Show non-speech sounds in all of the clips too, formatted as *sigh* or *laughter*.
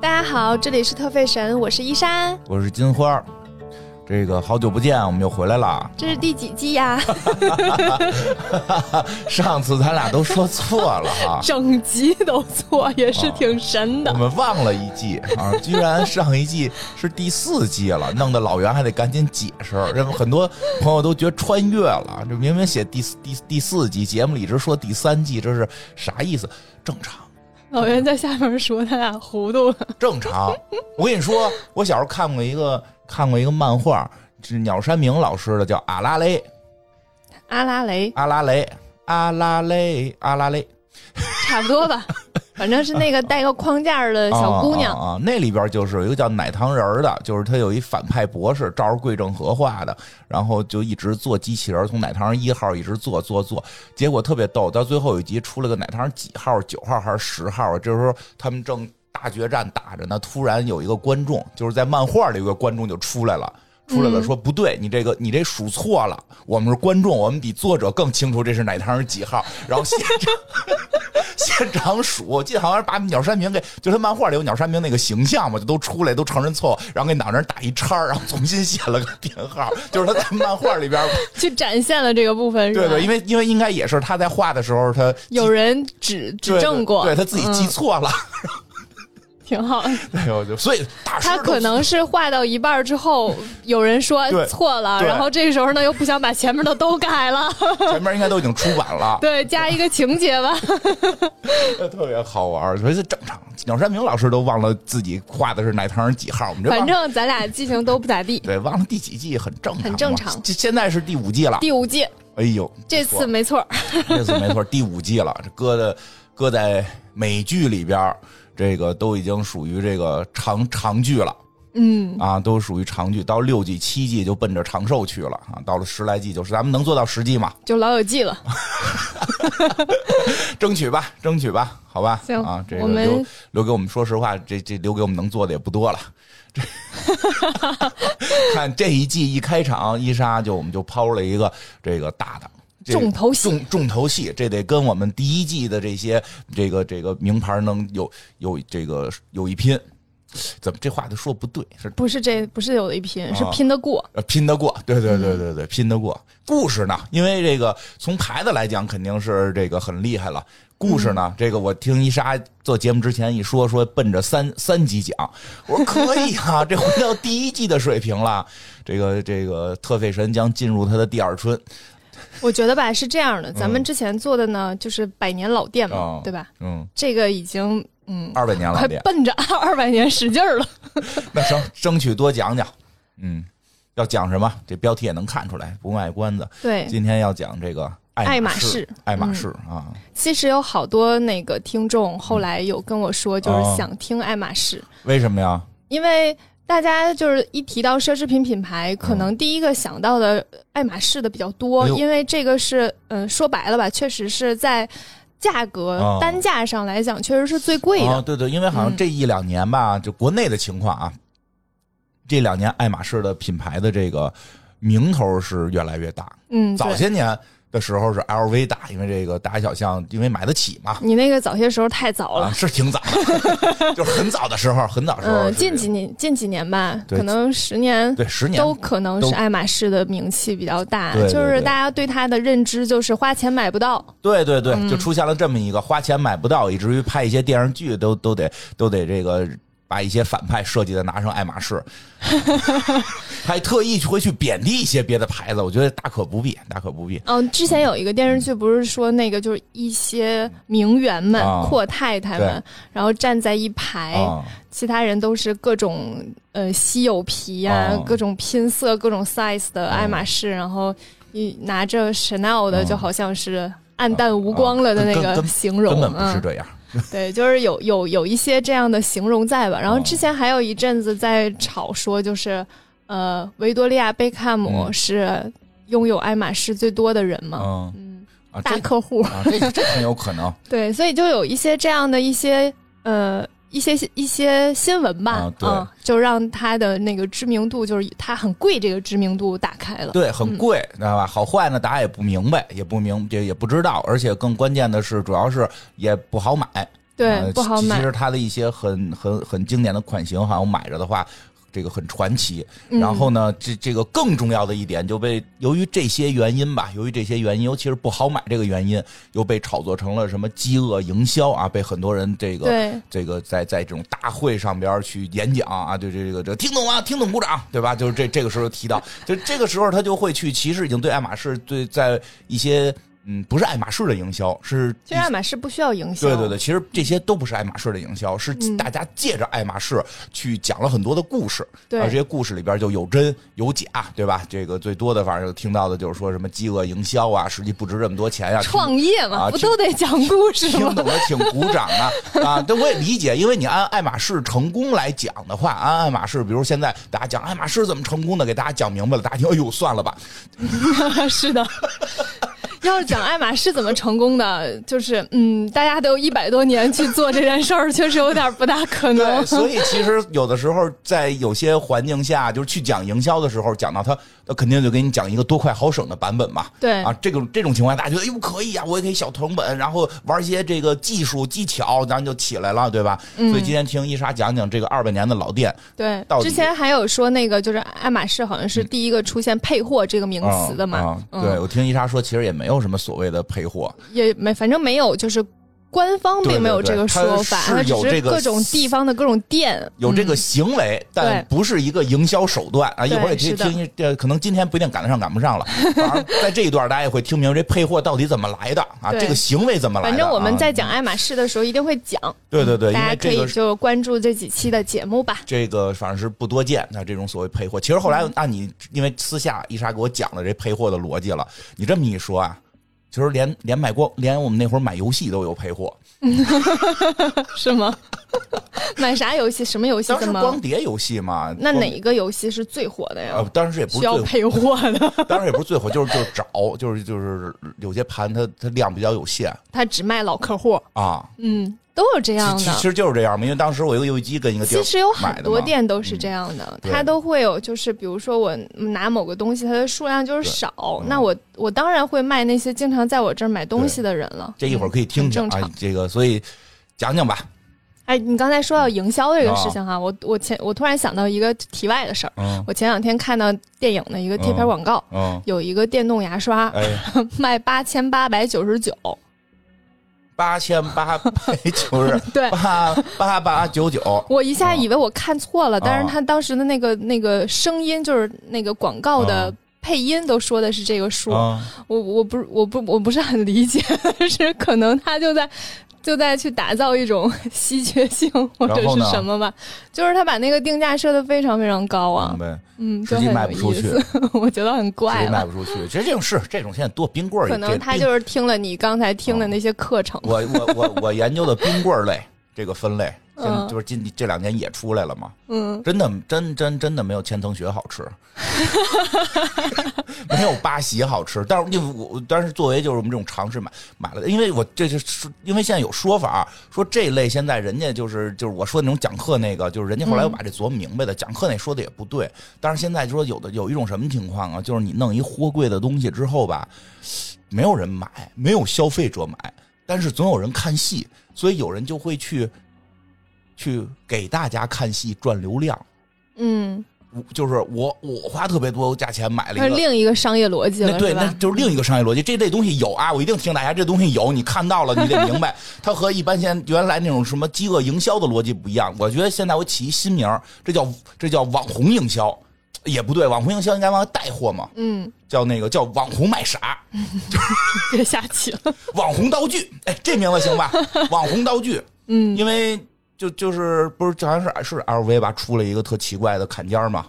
大家好，这里是特费神，我是依珊，我是金花儿，这个好久不见，我们又回来了。 *laughs* 这是第几季啊 *laughs* 呀？，上次咱俩都说错了哈 *laughs* 整集都错，也是挺神的我。们忘了一季啊，居然上一季是第四季了，弄得老袁还得赶紧解释，让很多朋友都觉得穿越了。这明明写第四第第四季，节目里一直说第三季，这是啥意思？正常。 *laughs* 老袁在下面说他俩糊涂了，正常。我跟你说，我小时候看过一个看过一个漫画，是鸟山明老师的，叫《阿拉蕾》。阿拉蕾阿拉蕾，阿拉蕾，阿拉蕾，差不多 *laughs* 吧，反正是那个戴个框架儿的小姑娘。啊啊啊那里边就是有一个叫奶糖人儿的，就是他有一反派博士，照着桂正和画的，然后就一直做机器人，从奶糖人一号一直做做做，结果特别逗，到最后有一集出了个奶糖人几号，九号还是十号，这时候他们正大决战打着呢，突然有一个观众，就是在漫画里有个观众就出来了。出来了，说不对，你这个你这数错了，我们是观众，我们比作者更清楚这是奶糖人几号。然后现场现场数，我记得好像是把鸟山明给，就是他漫画里有鸟山明那个形象嘛，就都出来都承认错误，然后给鸟人打一叉儿，然后重新写了个编号，就是他在漫画 *laughs* 里边，去展现了这个部分是吧？对对，因为因为应该也是他在画的时候他记有人指指对正过，对他自己记嗯错了，挺好。哎呦，就所以大师他都可能是画到一半儿之后，有人说对错了，对然后这时候呢又不想把前面的都改 *laughs* 了，前面应该都已经出版 *laughs* 了，对，加一个情节吧。特别好玩儿，所以这正常。鸟山明老师都忘了自己画的是奶糖人几号，我们这忘反正咱俩记性都不咋地。对忘了第几季很正常嘛，很正常这现在是第五季了，第五季，哎呦，这不错次没错儿， *laughs* 这次没错，第五季了，这搁的搁在美剧里边儿，这个都已经属于这个长长剧了。嗯，啊，都属于长剧，到六季、七季就奔着长寿去了啊，到了十来季就是咱们能做到十季嘛，就老友记 *laughs* 了。争取吧，争取吧，好吧，行啊，这我个们留留给我们，说实话，这这留给我们能做的也不多了。 *laughs* 这看这一季一开场，伊莎就我们就抛了一个这个大的。这个重头戏重重头戏，这得跟我们第一季的这些这个这个名牌能有有这个有一拼，怎么这话都说不对，是不是这不是有的一拼，是啊拼得过。呃，拼得过，对嗯对对对对，拼得过。故事呢，因为这个从牌子来讲，肯定是这个很厉害了。故事嗯呢，这个我听伊莎做节目之前一说，说奔着三三级奖，我说可 *laughs* 以啊，这回到第一季的水平了。这个这个特费神将进入他的第二春我觉得吧是这样嗯的，咱们之前做的呢就是百年老店嘛，哦对吧？嗯，这个已经嗯，二百年快 *laughs* 老店，奔着二二百 *laughs* 年使劲儿了。那争争取多讲讲，嗯，要讲什么？这标题也能看出来，不卖关子。对，今天要讲这个爱马仕，爱马马仕嗯仕啊，其实有好多那个听众后嗯来有跟我说，就是哦想听爱马仕，为什么呀？因为。大家就是一提到奢侈品品牌，可能第一个想到的爱马仕的比较多，啊哎呦因为这个是，嗯、说白了吧，确实是在价格、哦单价上来讲，确实是最贵的。嗯啊。对对，因为好像这一两年吧，就国内的情况啊，这两年爱马仕的品牌的这个名头是越来越大。嗯，早对。些年的时候是 LV 大，因为这个大街小巷，因为买得起嘛。你那个早些时候太早了，啊，是挺早的， *laughs* 就是很早的时候，很早的时候嗯，是这近样，几年近几年吧，对可能十年对十年都可能是都爱马仕的名气比较大，对对就是对大家对它的认知就是花钱买不到，对对对，就出现了这么一个花钱买不到，以至于拍一些电视剧都都得都得这个把一些反派设计的拿上爱马 *laughs* 仕，还特意去会去贬低一些别的牌子，我觉得大可不必，大可不必。嗯，之前有一个电视剧，不是说那个就是一些名媛们、啊阔太太们对，然后站在一排，啊、其他人都是各种呃稀有皮呀、啊各种拼色、各种 size 哦的爱马仕，然后一拿着 Chanel 的，嗯就好像是暗淡无光了的那啊个根形容，根本不是嗯这样。对，就是有有有一些这样的形容在吧。然后哦之前还有一阵子在吵说，就是呃，维多利亚贝克汉姆嗯是拥有爱马仕最多的人嘛，嗯嗯，啊，这大客户。啊，这这很有可能对，所以就有一些这样的一些呃。一些一些新闻吧，啊对嗯，就让他的那个知名度，就是他很贵，这个知名度打开了。对，很贵，知道吧？好坏呢，大家也不明白，也不明，也也不知道，而且更关键的是，主要是也不好买。对呃，不好其买其。实它的一些很很很经典的款型，好像买着的话，这个很传奇。嗯然后呢，这这个更重要的一点就被由于这些原因吧，由于这些原因，尤其是不好买这个原因，又被炒作成了什么饥饿营销啊，被很多人这个对这个在在这种大会上边儿去演讲啊，对这这个这个听懂啊，听懂鼓掌，对吧？就是这这个时候提到，就这个时候他就会去，其实已经对爱马仕对在一些嗯不是爱马仕的营销是其实爱马仕不需要营销。对对对，其实这些都不是爱马仕的营销，是嗯大家借着爱马仕去讲了很多的故事，对而这些故事里边就有真有假，对吧？这个最多的反正听到的就是说什么饥饿营销啊，实际不值这么多钱呀、创业嘛，啊不听都得讲故事听吗？懂了，请鼓掌啊啊！但我也理解，因为你按爱马仕成功来讲的话，按爱马仕，比如现在大家讲爱马仕怎么成功的，给大家讲明白了，大家听，哎呦，算了吧， *laughs* 是的。要是讲爱马仕怎么成功的，就是嗯，大家都一百多年去做这件事儿，确实有点不大可能 *laughs* 对，。所以其实有的时候在有些环境下，就是去讲营销的时候，讲到他，他肯定就给你讲一个多快好省的版本嘛。对啊，这个这种情况下，大家觉得哎呦可以啊，我也可以小成本，然后玩一些这个技术技巧，咱就起来了，对吧？嗯所以今天听伊莎讲讲这个二百年的老店，对到，底嗯之前还有说那个就是爱马仕好像是第一个出现配货这个名词的嘛，嗯啊啊对我听伊莎说，其实也没有什么所谓的配货，也没反正没有就是官方对并没有对对这个说法，它是它只有这是个各种地方的各种店有这个嗯行为，但对不是一个营销手段啊。一对会儿也可以是的听，这可能今天不一定赶得上，赶不 *laughs* 上了。反而在这一段，大家也会听明白这配货到底怎么来的啊，对这个行为怎么来的啊。反正我们在讲爱马仕的时候一定会讲，对对对，因大为家可这以个是就关注这几期的节目吧。这个反正是不多见，啊那这种所谓配货，其实后嗯来按你因为私下伊莎给我讲了这配货的逻辑了，你这么一说啊。其实连连买光连我们那会儿买游戏都有配货，是吗？ *laughs* 买啥游戏？什么游戏当这时么光？碟游戏嘛，那光哪一个游戏是最火的呀呃？当时也不是需要最配货的， *laughs* 当然也不是最火，就是就是找，就是就是有些盘它它量比较有限他只卖老客户，啊。嗯，都有这样其其的其。实就是这样嘛，因为当时我一个游戏机跟一个地儿其实有买的很多嘛嗯店都是这样的，对它都会有，就是比如说我拿某个东西，它的数量就是对少嗯，那我我当然会卖那些经常在我这儿买东西的人了。这一会儿可以听听很正啊常，这个所以讲讲吧，哎，你刚才说到营销啊这个事情哈，我我前我突然想到一个题外的事儿，嗯我前两天看到电影的一个贴片广告，嗯，有一个电动牙刷哎， *laughs* 卖八千八百九十九，八千八百九十 *laughs* 对八八八九九，我一下以为我看错了，啊但是他当时的那个那个声音，就是那个广告的啊配音，都 *laughs* 说的是这个数。嗯我我不我不我不是很理解， *laughs* 但是可能他就在就在去打造一种 *laughs* 稀缺性或者然后是呢什么吧，就是他把那个定价设的非常非常高啊明，白，嗯，实就际很卖有不出意去，思， *laughs* 我觉得很实怪际卖了。不出去。其实这种是这种现在多冰棍儿也，可能这他冰就是听了你刚才听的啊那些课程， *laughs* 我我我我研究的冰棍儿类这个分类，现在嗯就是近这两年也出来了嘛，嗯，真的，真真真的没有千层雪好吃，没有巴西好吃。但是因为我，但是作为就是我们这种尝试买买了，因为我这就是因为现在有说法说这类现在人家就是就是我说那种讲课那个，就是人家后来我把这琢磨明白的，讲课那说的也不对。但是现在就说有的有一种什么情况啊，就是你弄一货柜的东西之后吧，没有人买，没有消费者买，但是总有人看戏，所以有人就会去。去给大家看戏赚流量，嗯，我就是我我花特别多价钱买了那一是个。另一个商业逻辑那了，对，是那吧？就是另一个商业逻辑。这类东西有啊，我一定提醒大家，这东西有，你看到了，你得明白，它和一般现在原来那种什么饥饿营销的逻辑不一样。我觉得现在我起一新名儿，这叫这叫网红营销，也不对，网红营销应该往外带货嘛，嗯，叫那个叫网红卖傻，别下棋了， *laughs* 网红道具，哎，这名字行吧？网红道具，嗯，因为就就是不是好像是是 LV 吧，出了一个特奇怪的坎肩儿嘛，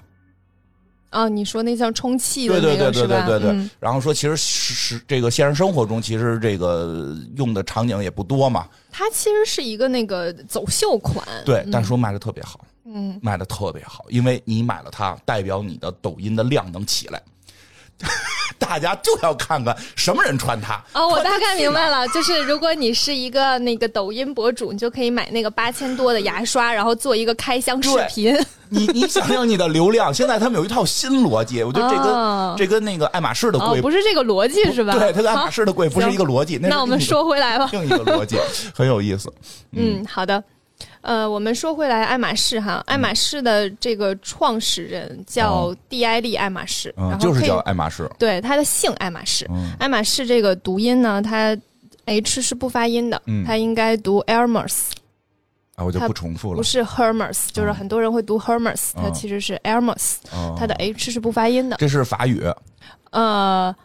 啊，你说那像充气的对对那个对对是对吧？对对。嗯然后说，其实实实这个现实生活中，其实这个用的场景也不多嘛。它其实是一个那个走秀款，对，但说卖的特别好，嗯，卖的特别好，因为你买了它，代表你的抖音的量能起来。 *laughs* 大家就要看看什么人穿它。哦，我穿它大概去明哪儿白了，就是如果你是一个那个抖音博主，你就可以买那个八千多的牙刷，然后做一个开箱视频。 *laughs* 你你想想你的流 *laughs* 量，现在他们有一套新逻辑，我觉得这跟、哦这跟那个爱马仕的哦贵，不是这个逻辑是吧？对，它跟爱马好仕的贵不 *laughs* 是行一个逻辑。是那我们另一个说回来吧。 *laughs* 另一个逻辑，很有意思。嗯，好的。呃，我们说回来，爱马仕哈，爱马仕的这个创始人叫哦蒂埃利·爱马仕，嗯，然后就可是以叫爱马仕。对他的姓爱马仕。嗯爱马仕这个读音呢，它 H 是不发音的，嗯它应该读 Hermes，啊，我就它不重复不了。是 Hermes，就是很多人会读 Hermes，它嗯其实是 Hermes，哦它的 H 是不发音的。这是法语，呃，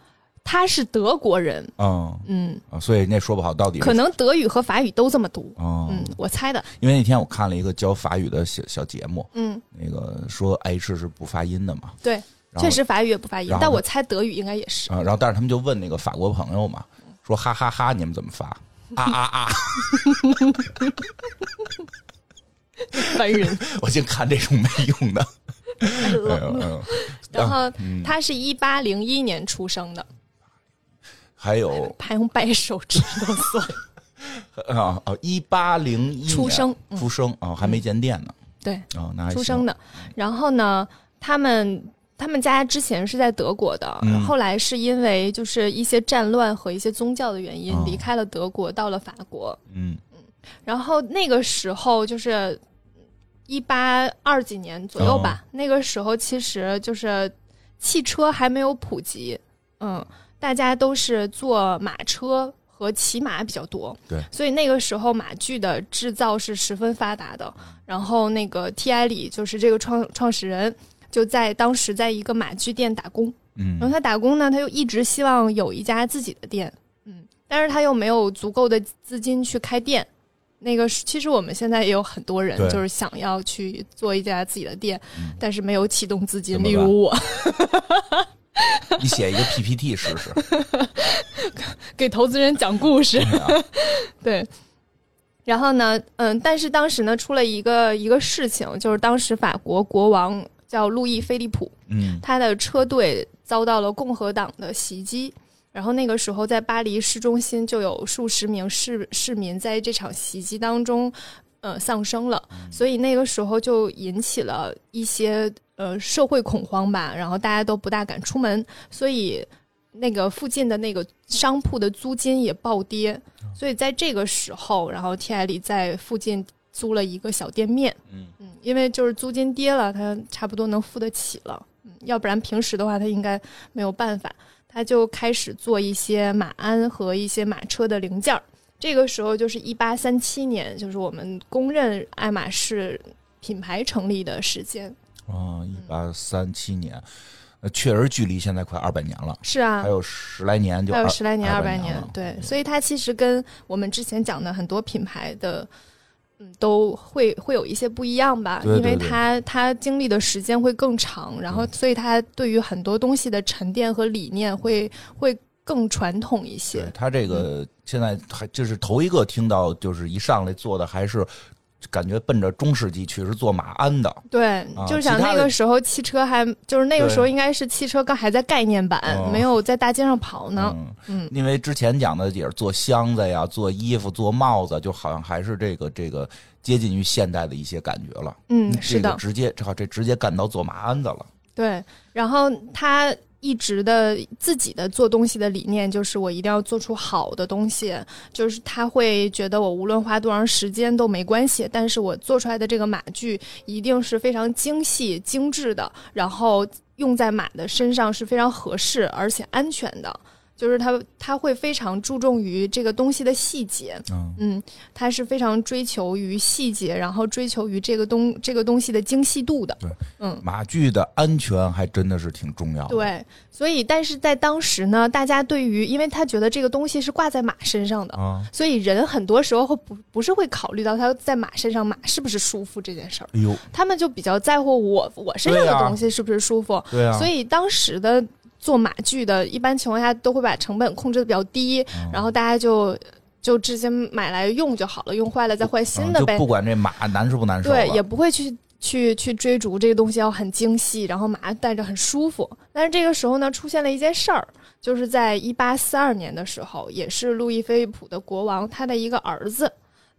他是德国 *laughs* 人，嗯，嗯，啊所以那说不好到底是可能德语和法语都这么读，哦，嗯，我猜的，因为那天我看了一个教法语的小小节目，嗯，那个说 H 是不发音的嘛，对，然后确实法语也不发音然，后但呢我猜德语应该也是。啊，然后但是他们就问那个法国朋友嘛，说哈哈哈你们怎么发？ *laughs* 啊啊啊！烦 *laughs* 人。我净看这种没用的。嗯 *laughs* 哎呦哎呦 *laughs* 然啊后他是一八零一年出生的，还有他用掰手指头算。啊哦，一八零一出生嗯出生啊，哦还没建店呢对，啊，那还出行生的。然后呢，他们他们家之前是在德国的，嗯后来是因为就是一些战乱和一些宗教的原因哦离开了德国，到了法国。嗯然后那个时候就是一八二几年左右吧，那个时候其实就是汽车还没有普及，嗯，大家都是坐马车。和骑马比较多，对，所以那个时候马具的制造是十分发达的。然后那个 T I 里就是这个创创始人，就在当时在一个马具店打工，嗯然后他打工呢，他又一直希望有一家自己的店，嗯，但是他又没有足够的资金去开店。那个是其实我们现在也有很多人对就是想要去做一家自己的店，嗯但是没有启动资金，怎么例办如我你写一个 PPT 试 *laughs* 试。给投资人讲故事， *laughs* 对啊 *laughs* 对。然后呢，嗯，但是当时呢出了一个一个事情，就是当时法国国王叫路易菲利普，嗯他的车队遭到了共和党的袭击。然后那个时候，在巴黎市中心就有数十名市市民在这场袭击当中，呃，丧生了。嗯所以那个时候就引起了一些呃社会恐慌吧，然后大家都不大敢出门，所以那个附近的那个商铺的租金也暴跌。嗯所以在这个时候，然后 T I 里在附近租了一个小店面，嗯嗯，因为就是租金跌了，他差不多能付得起了。嗯，要不然平时的话，他应该没有办法。他就开始做一些马鞍和一些马车的零件儿。这个时候就是一八三七年，就是我们公认爱马仕品牌成立的时间。啊，一八三七年，呃确实距离现在快二百年了，是啊还，有十来年就还有二十来年、二百百年了，对，所以它其实跟我们之前讲的很多品牌的，嗯，都会会有一些不一样吧，对对因为对它它经历的时间会更长，然后所以它对于很多东西的沉淀和理念会会更传统一对些，他这个嗯现在还就是头一个听到，就是一上来做的还是感觉奔着中世纪去，是做马鞍的。对，啊就是想其他那的个时候汽车还就是那个对时候应该是汽车刚还在概念版，哦没有在大街上跑呢，嗯嗯因为之前讲的也是做箱子呀、做衣服、做帽子，就好像还是这个这个接近于现代的一些感觉了。嗯，这是个的，直接这好这直接干到做马鞍子了。对，然后他一直的自己的做东西的理念就是我一定要做出好的东西，就是他会觉得我无论花多长时间都没关系，但是我做出来的这个马具一定是非常精细精致的，然后用在马的身上是非常合适而且安全的。就是他，他会非常注重于这个东西的细节，嗯嗯，他是非常追求于细节，然后追求于这个东这个东西的精细度的。马具的安全还真的是挺重要的。，对，所以但是在当时呢，大家对于，因为他觉得这个东西是挂在马身上的，啊，所以人很多时候会不不是会考虑到他在马身上马是不是舒服这件事儿，哎呦，他们就比较在乎我我身上对的啊东西是不是舒服，对啊，所以当时的做马具的，一般情况下都会把成本控制的比较低，嗯然后大家就就直接买来用就好了，用坏了再换新嗯的就呗不。管这马难受不难受了，对，也不会去去去追逐这个东西要很精细，然后马上戴着很舒服。但是这个时候呢，出现了一件事儿，就是在一八四二年的时候，也是路易菲利普的国王他的一个儿子，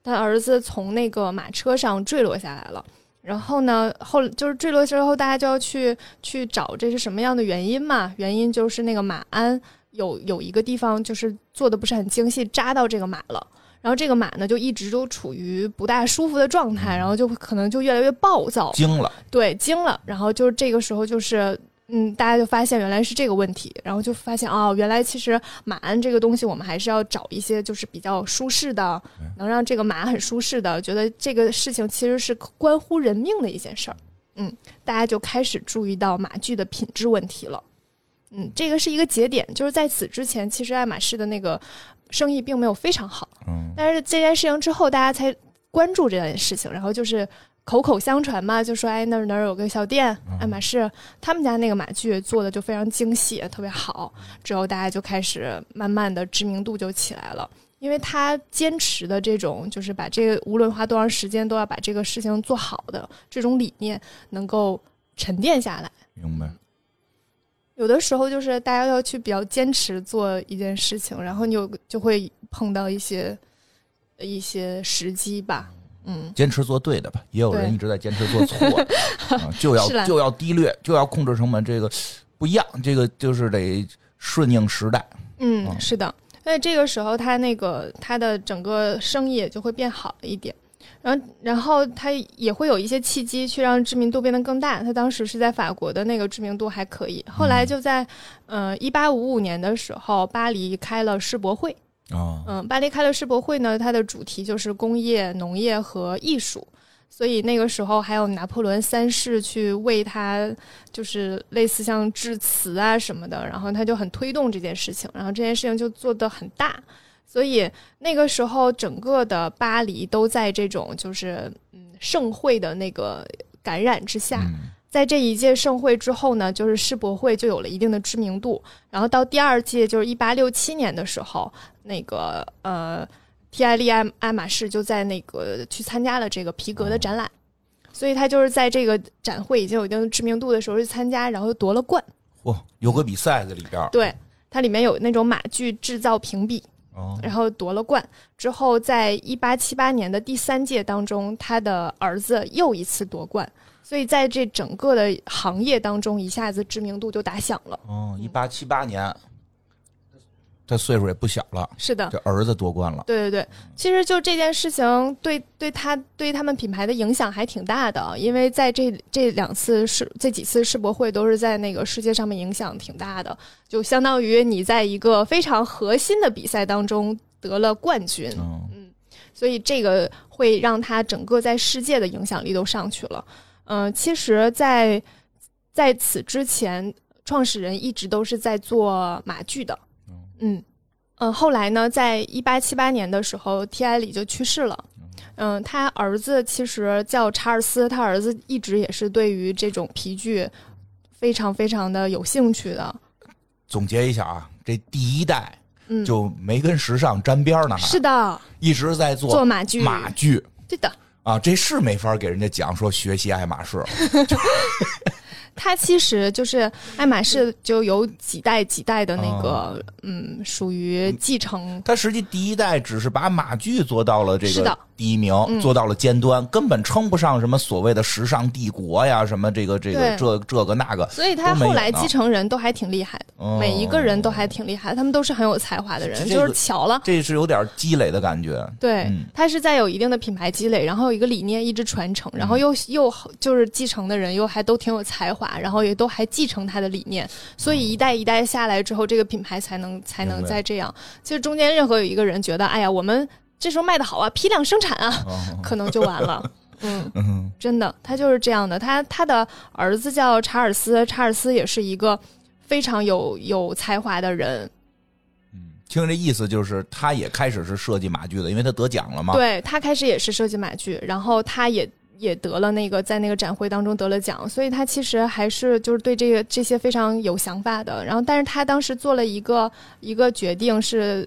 他儿子从那个马车上坠落下来了。然后呢，后就是坠落之后，大家就要去去找这是什么样的原因嘛？原因就是那个马鞍有有一个地方就是做的不是很精细，扎到这个马了。然后这个马呢，就一直都处于不大舒服的状态，然后就可能就越来越暴躁，惊了，对，惊了。然后就是这个时候，就是嗯，大家就发现原来是这个问题，然后就发现哦，原来其实马鞍这个东西，我们还是要找一些就是比较舒适的，能让这个马很舒适的。觉得这个事情其实是关乎人命的一件事儿。嗯，大家就开始注意到马具的品质问题了。嗯，这个是一个节点，就是在此之前，其实爱马仕的那个生意并没有非常好。嗯，但是这件事情之后，大家才关注这件事情，然后就是口口相传嘛，就说哎那儿哪儿有个小店，爱马仕他们家那个马具做的就非常精细，特别好。之后大家就开始慢慢的知名度就起来了，因为他坚持的这种就是把这个无论花多长时间都要把这个事情做好的这种理念能够沉淀下来。明白。有的时候就是大家要去比较坚持做一件事情，然后你有就会碰到一些一些时机吧，嗯，坚持做对的吧，也有人对一直在坚持做错的， *laughs* 啊、就是啦要就要低劣，就要控制成本，这个不一样，这个就是得顺应时代。嗯嗯，是的，所以这个时候他那个他的整个生意也就会变好一点，然后然后他也会有一些契机去让知名度变得更大。他当时是在法国的那个知名度还可以，后来就在呃一八五五年的时候，巴黎开了世博会。啊、嗯，巴黎开了世博会呢，它的主题就是工业、农业和艺术。所以那个时候还有拿破仑三世去为他，就是类似像致辞啊什么的，然后他就很推动这件事情，然后这件事情就做得很大。所以那个时候整个的巴黎都在这种就是嗯盛会的那个感染之下，嗯，在这一届盛会之后呢，就是世博会就有了一定的知名度。然后到第二届，就是一八六七年的时候，那个呃，提艾利爱爱马仕就在那个去参加了这个皮革的展览，所以他就是在这个展会已经有一定的知名度的时候去参加，然后夺了冠。嚯、有个比赛在里边儿，对，它里面有那种马具制造评比，哦，然后夺了冠之后，在一八七八年的第三届当中，他的儿子又一次夺冠，所以在这整个的行业当中，一下子知名度就打响了。哦，一八七八年，这岁数也不小了，是的，这儿子夺冠了，对对对，其实就这件事情对对他对他们品牌的影响还挺大的，啊因为在这这两次世这几次世博会都是在那个世界上面影响挺大的，就相当于你在一个非常核心的比赛当中得了冠军，嗯，所以这个会让它整个在世界的影响力都上去了。嗯、其实在，在此之前，创始人一直都是在做马具的。哦嗯嗯，后来呢，在一八七八年的时候，T I 里就去世了。哦嗯，他儿子其实叫查尔斯，他儿子一直也是对于这种皮具非常非常的有兴趣的。啊总结一下啊，这第一代嗯，就没跟时尚沾边儿呢，还是的，一直在做做马具，马具。对的。啊，这是没法给人家讲说学习爱马仕，它其实就是爱马仕就有几代几代的哦那个，嗯，属于继承，他实际第一代只是把马具做到了这是个的嗯第一名，做到了尖端，根本称不上什么所谓的时尚帝国呀，什么这个这个对这这个那个。所以它都没有后来呢继承人都还挺厉害的，哦每一个人都还挺厉害，他们都是很有才华的人，这这个就是巧了。这是有点积累的感觉，对嗯，它是在有一定的品牌积累，然后有一个理念一直传承，然后嗯又又就是继承的人又还都挺有才华，然后也都还继承他的理念，所以一代一代下来之后，这个品牌才能才能哦明白再这样。其实中间任何有一个人觉得，哎呀，我们这时候卖的好啊，批量生产啊，可能就完了。嗯，嗯，真的，他就是这样的。他他的儿子叫查尔斯，查尔斯也是一个非常有有才华的人。听这意思就是他也开始是设计马具的，因为他得奖了嘛。对他开始也是设计马具，然后他也也得了那个在那个展会当中得了奖，所以他其实还是就是对这个这些非常有想法的。然后，但是他当时做了一个一个决定是。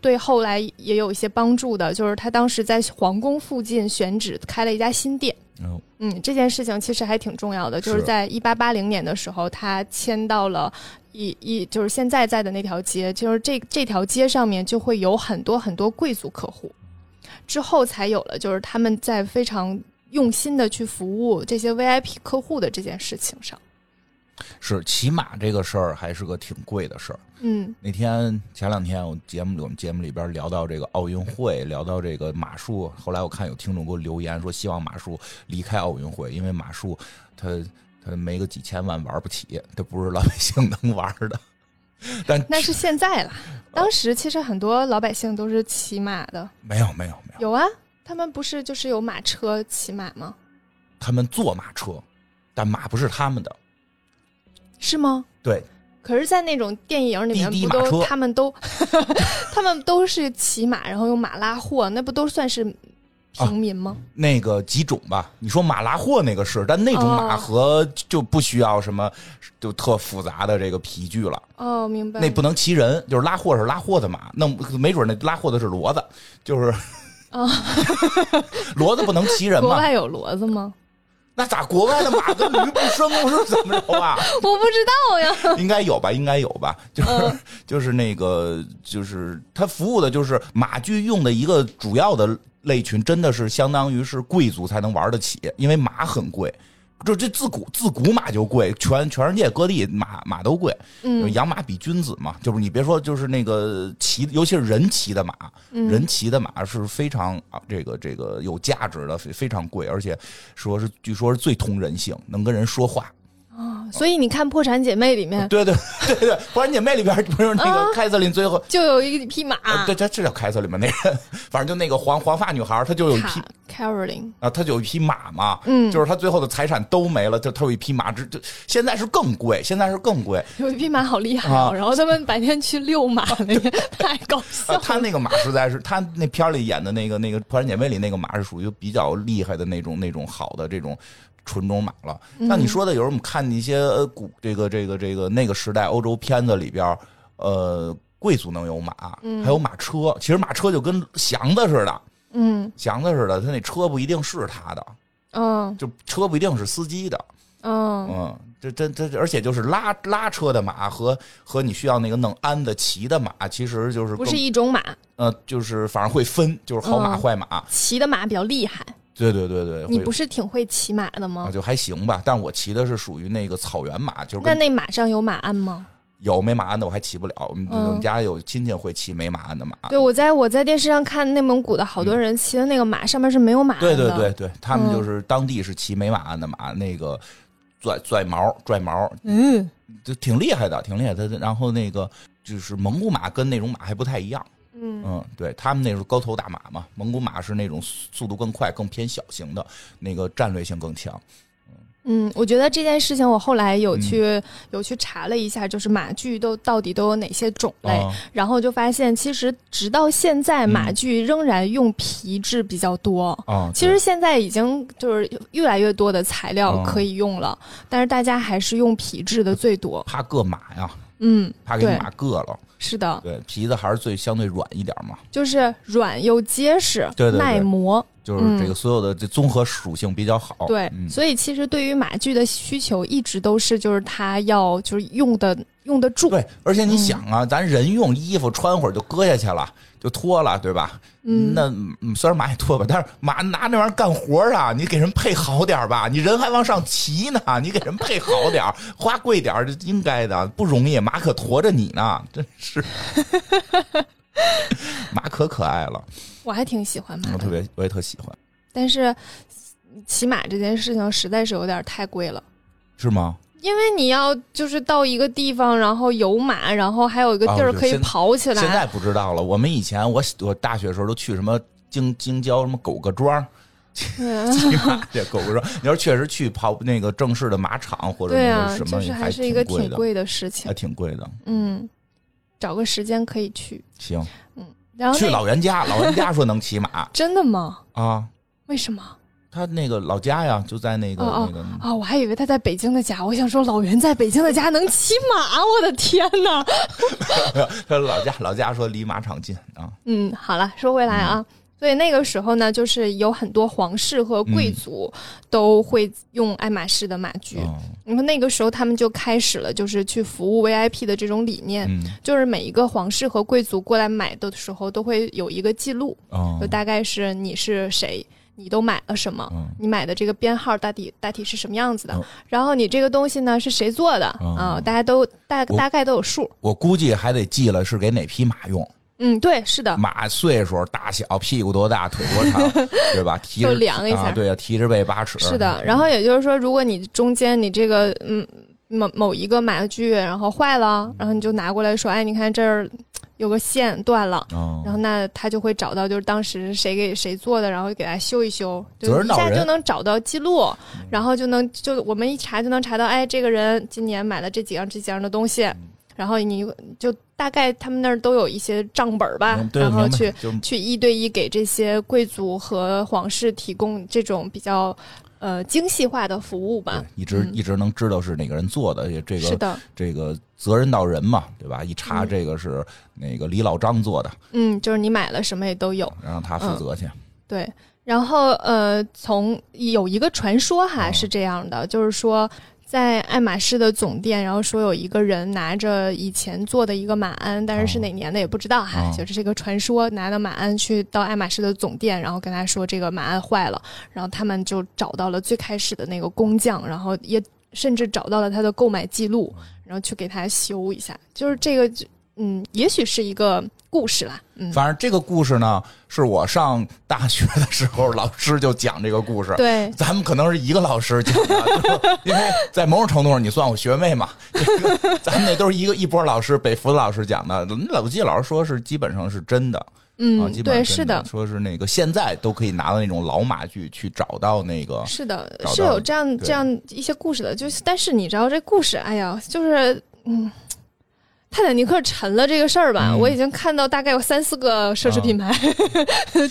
对后来也有一些帮助的，就是他当时在皇宫附近选址开了一家新店。哦嗯，这件事情其实还挺重要的，就是是在一八八零年的时候，他迁到了一一就是现在在的那条街，就是这这条街上面就会有很多很多贵族客户，之后才有了就是他们在非常用心的去服务这些 VIP 客户的这件事情上。是骑马这个事儿还是个挺贵的事儿。嗯那天前两天我节目里我们节目里边聊到这个奥运会，聊到这个马术，后来我看有听众给我留言说希望马术离开奥运会，因为马术他他没个几千万玩不起，他不是老百姓能玩的。 *laughs* 但那是现在啦，哦当时其实很多老百姓都是骑马的，没有没有没有，有啊，他们不是就是有马车骑马吗？他们坐马车，但马不是他们的。是吗？对，可是，在那种电影里面，滴滴不马都车他们 *laughs* 都 *laughs* 他们都是骑马，然后用马拉货，那不都算是平民吗？那个几种吧，你说马拉货那个是，但那种马和就不需要什么就特复杂的这个皮具了，哦，明白。啊那不能骑人，就是拉货是拉货的马，那没准那拉货的是骡子，就是哦 *laughs* 骡子不能骑人 *laughs* 国嘛，外有骡子 *laughs* 吗？那咋国外的马跟驴不生 *laughs* 不是怎么着啊？我不知道呀。应该有吧，应该有吧，就是、 *laughs* 就是那个就是它服务的就是马具用的一个主要的类群，真的是相当于是贵族才能玩得起，因为马很贵。就这自古自古马就贵，全全世界各地马马都贵，嗯养马比君子嘛，就是你别说，就是那个骑，尤其是人骑的马，人骑的马是非常啊，这个这个有价值的，非非常贵，而且说是据说是最通人性，能跟人说话，哦所以你看《破产姐妹》里面 *laughs* 对对对对，《火影姐妹》里边儿不是那嗯个凯瑟琳最后，就有一匹马，呃对，这这叫凯瑟琳吧？那人，反正就那个黄 *laughs* 黄发女孩儿，她就有一匹卡 Caroline。啊，她就有一匹马嘛，嗯就是她最后的财产都没了，就她有一匹马，这这现在是更贵，现在是更贵。有一匹马好厉害哦！啊然后他们白天去遛马，那个 *laughs* 太搞笑呃了。她那个马实在是，她那片儿里演的那个那个《破产姐妹》里那个马是属于比较厉害的那种那种好的这种纯种马了。像嗯你说的，有时候我们看一些呃古这个这个这个那个时代欧洲片子里边儿，呃，贵族能有马，还有马车。其实马车就跟祥子似的，嗯祥子似的，他那车不一定是他的，嗯就车不一定是司机的，嗯嗯。这这这，而且就是拉拉车的马和和你需要那个弄鞍子骑的马，其实就是不更是一种马，呃，就是反而会分，就是好马嗯坏马。骑的马比较厉害。对对对对，你会不是挺会骑马的吗啊，？就还行吧。但我骑的是属于那个草原马，就是那跟那马上有马鞍吗？有没马鞍的我还骑不了。我们嗯我们家有亲戚会骑没马鞍的马。对，我在我在电视上看内蒙古的好多人骑的那个马，上面是没有马鞍对的。嗯对对对，他们嗯就是当地是骑没马鞍的马，那个拽拽毛拽毛，嗯就挺厉害的，挺厉害的。然后那个就是蒙古马跟那种马还不太一样，嗯嗯，对他们那是高头大马嘛，蒙古马是那种速度更快、更偏小型的，那个战略性更强。嗯，我觉得这件事情我后来有去、嗯有去查了一下，就是马具都到底都有哪些种类，啊然后就发现其实直到现在嗯马具仍然用皮质比较多。啊，其实现在已经就是越来越多的材料嗯可以用了，但是大家还是用皮质的最多。怕硌马呀，嗯，怕给对马硌了。是的，对，皮子还是最相对软一点嘛，就是软又结实，对对对耐磨。就是这个所有的这综合属性比较好。嗯对，嗯，所以其实对于马具的需求一直都是，就是它要就是用的用得住，对，而且你想嗯啊，咱人用衣服穿会儿就搁下去了，就脱了，对吧？嗯那嗯虽然马也脱吧，但是马拿那玩意儿干活儿啊，你给人配好点儿吧，你人还往上骑呢，你给人配好点儿， *laughs* 花贵点儿，这应该的，不容易，马可驮着你呢，真 *laughs* 是。马可可爱了，我还挺喜欢马嗯我特的。别我也特喜欢，但是骑马这件事情实在是有点太贵了，是吗？因为你要就是到一个地方，然后有马，然后还有一个地啊儿对可以现跑起现来。在不知道了。我们以前我我大学时候都去什么京京郊什么狗各庄， *laughs* 对骑马去狗各庄。你要是确实去跑那个正式的马场或者对那啊个，什就么，是还是一个挺的，哎贵的事情还。挺贵的。嗯，找个时间可以去。行，然后去那 *laughs* 老袁家，老袁家说能骑马真的吗？啊，为什么？他那个老家呀，就在那个、哦那个。哦，我还以为他在北京的家，我想说老袁在北京的家能骑马，我的天哪！他老家老家说离马场近啊，嗯，好了，说回来啊，所以那个时候呢，就是有很多皇室和贵族都会用爱马仕的马具，嗯那么、那个时候他们就开始了，就是去服务 VIP 的这种理念，嗯就是每一个皇室和贵族过来买的时候，都会有一个记录，哦就大概是你是谁，你都买了什么。嗯你买的这个编号大体大体是什么样子的哦？然后你这个东西呢是谁做的哦啊？大家都大我大概都有数。我估计还得记了是给哪匹马用，嗯，对，是的，马岁数、大小、屁股多大、腿多 *laughs* 长，对吧？提就着量一下啊对呀、提着背八尺。是的，然后也就是说，如果你中间你这个嗯某某一个马具然后坏了，嗯然后你就拿过来说，哎，你看这儿有个线断了。嗯，然后那他就会找到，就是当时谁给谁做的，然后给他修一修，就责任一导下人嗯就能找到记录，然后就能就我们一查就能查到，哎，这个人今年买了这几样这几样的东西，嗯然后你就大概他们那儿都有一些账本儿吧嗯，对啊然后明白去就去一对一给这些贵族和皇室提供这种比较呃精细化的服务吧。一直、一直能知道是哪个人做的，也这嗯是个的，这个责任到人嘛，对吧？一查嗯这个是那个李老张做的，嗯，就是你买了什么也都有。让他嗯负责去。对，然后呃，从有一个传说哈、哦是这样的，就是说在爱马仕的总店，然后说有一个人拿着以前做的一个马鞍，但是是哦哪年的也不知道哈，哦就是这个传说，拿着马鞍去到爱马仕的总店，然后跟他说这个马鞍坏了，然后他们就找到了最开始的那个工匠，然后也甚至找到了他的购买记录，啊然后去给他修一下，就是这个就。嗯，也许是一个故事啦。嗯，反正这个故事呢，是我上大学的时候老师就讲这个故事。对，咱们可能是一个老师讲的， *laughs* 就是因为在某种程度上，你算我学妹嘛。这个咱们那都是一个一波老师，北服的老师讲的。那我记得老师说是基本上是真的啊，嗯基，本对，上是真的，说是那个现在都可以拿到那种老马具去找到那个 *laughs* 是的，找是到有这样对这样一些故事的，就是但是你知道这故事，哎呀，就是嗯，泰坦尼克沉了这个事儿吧，嗯啊我已经看到大概有三四个奢侈品牌、 *laughs*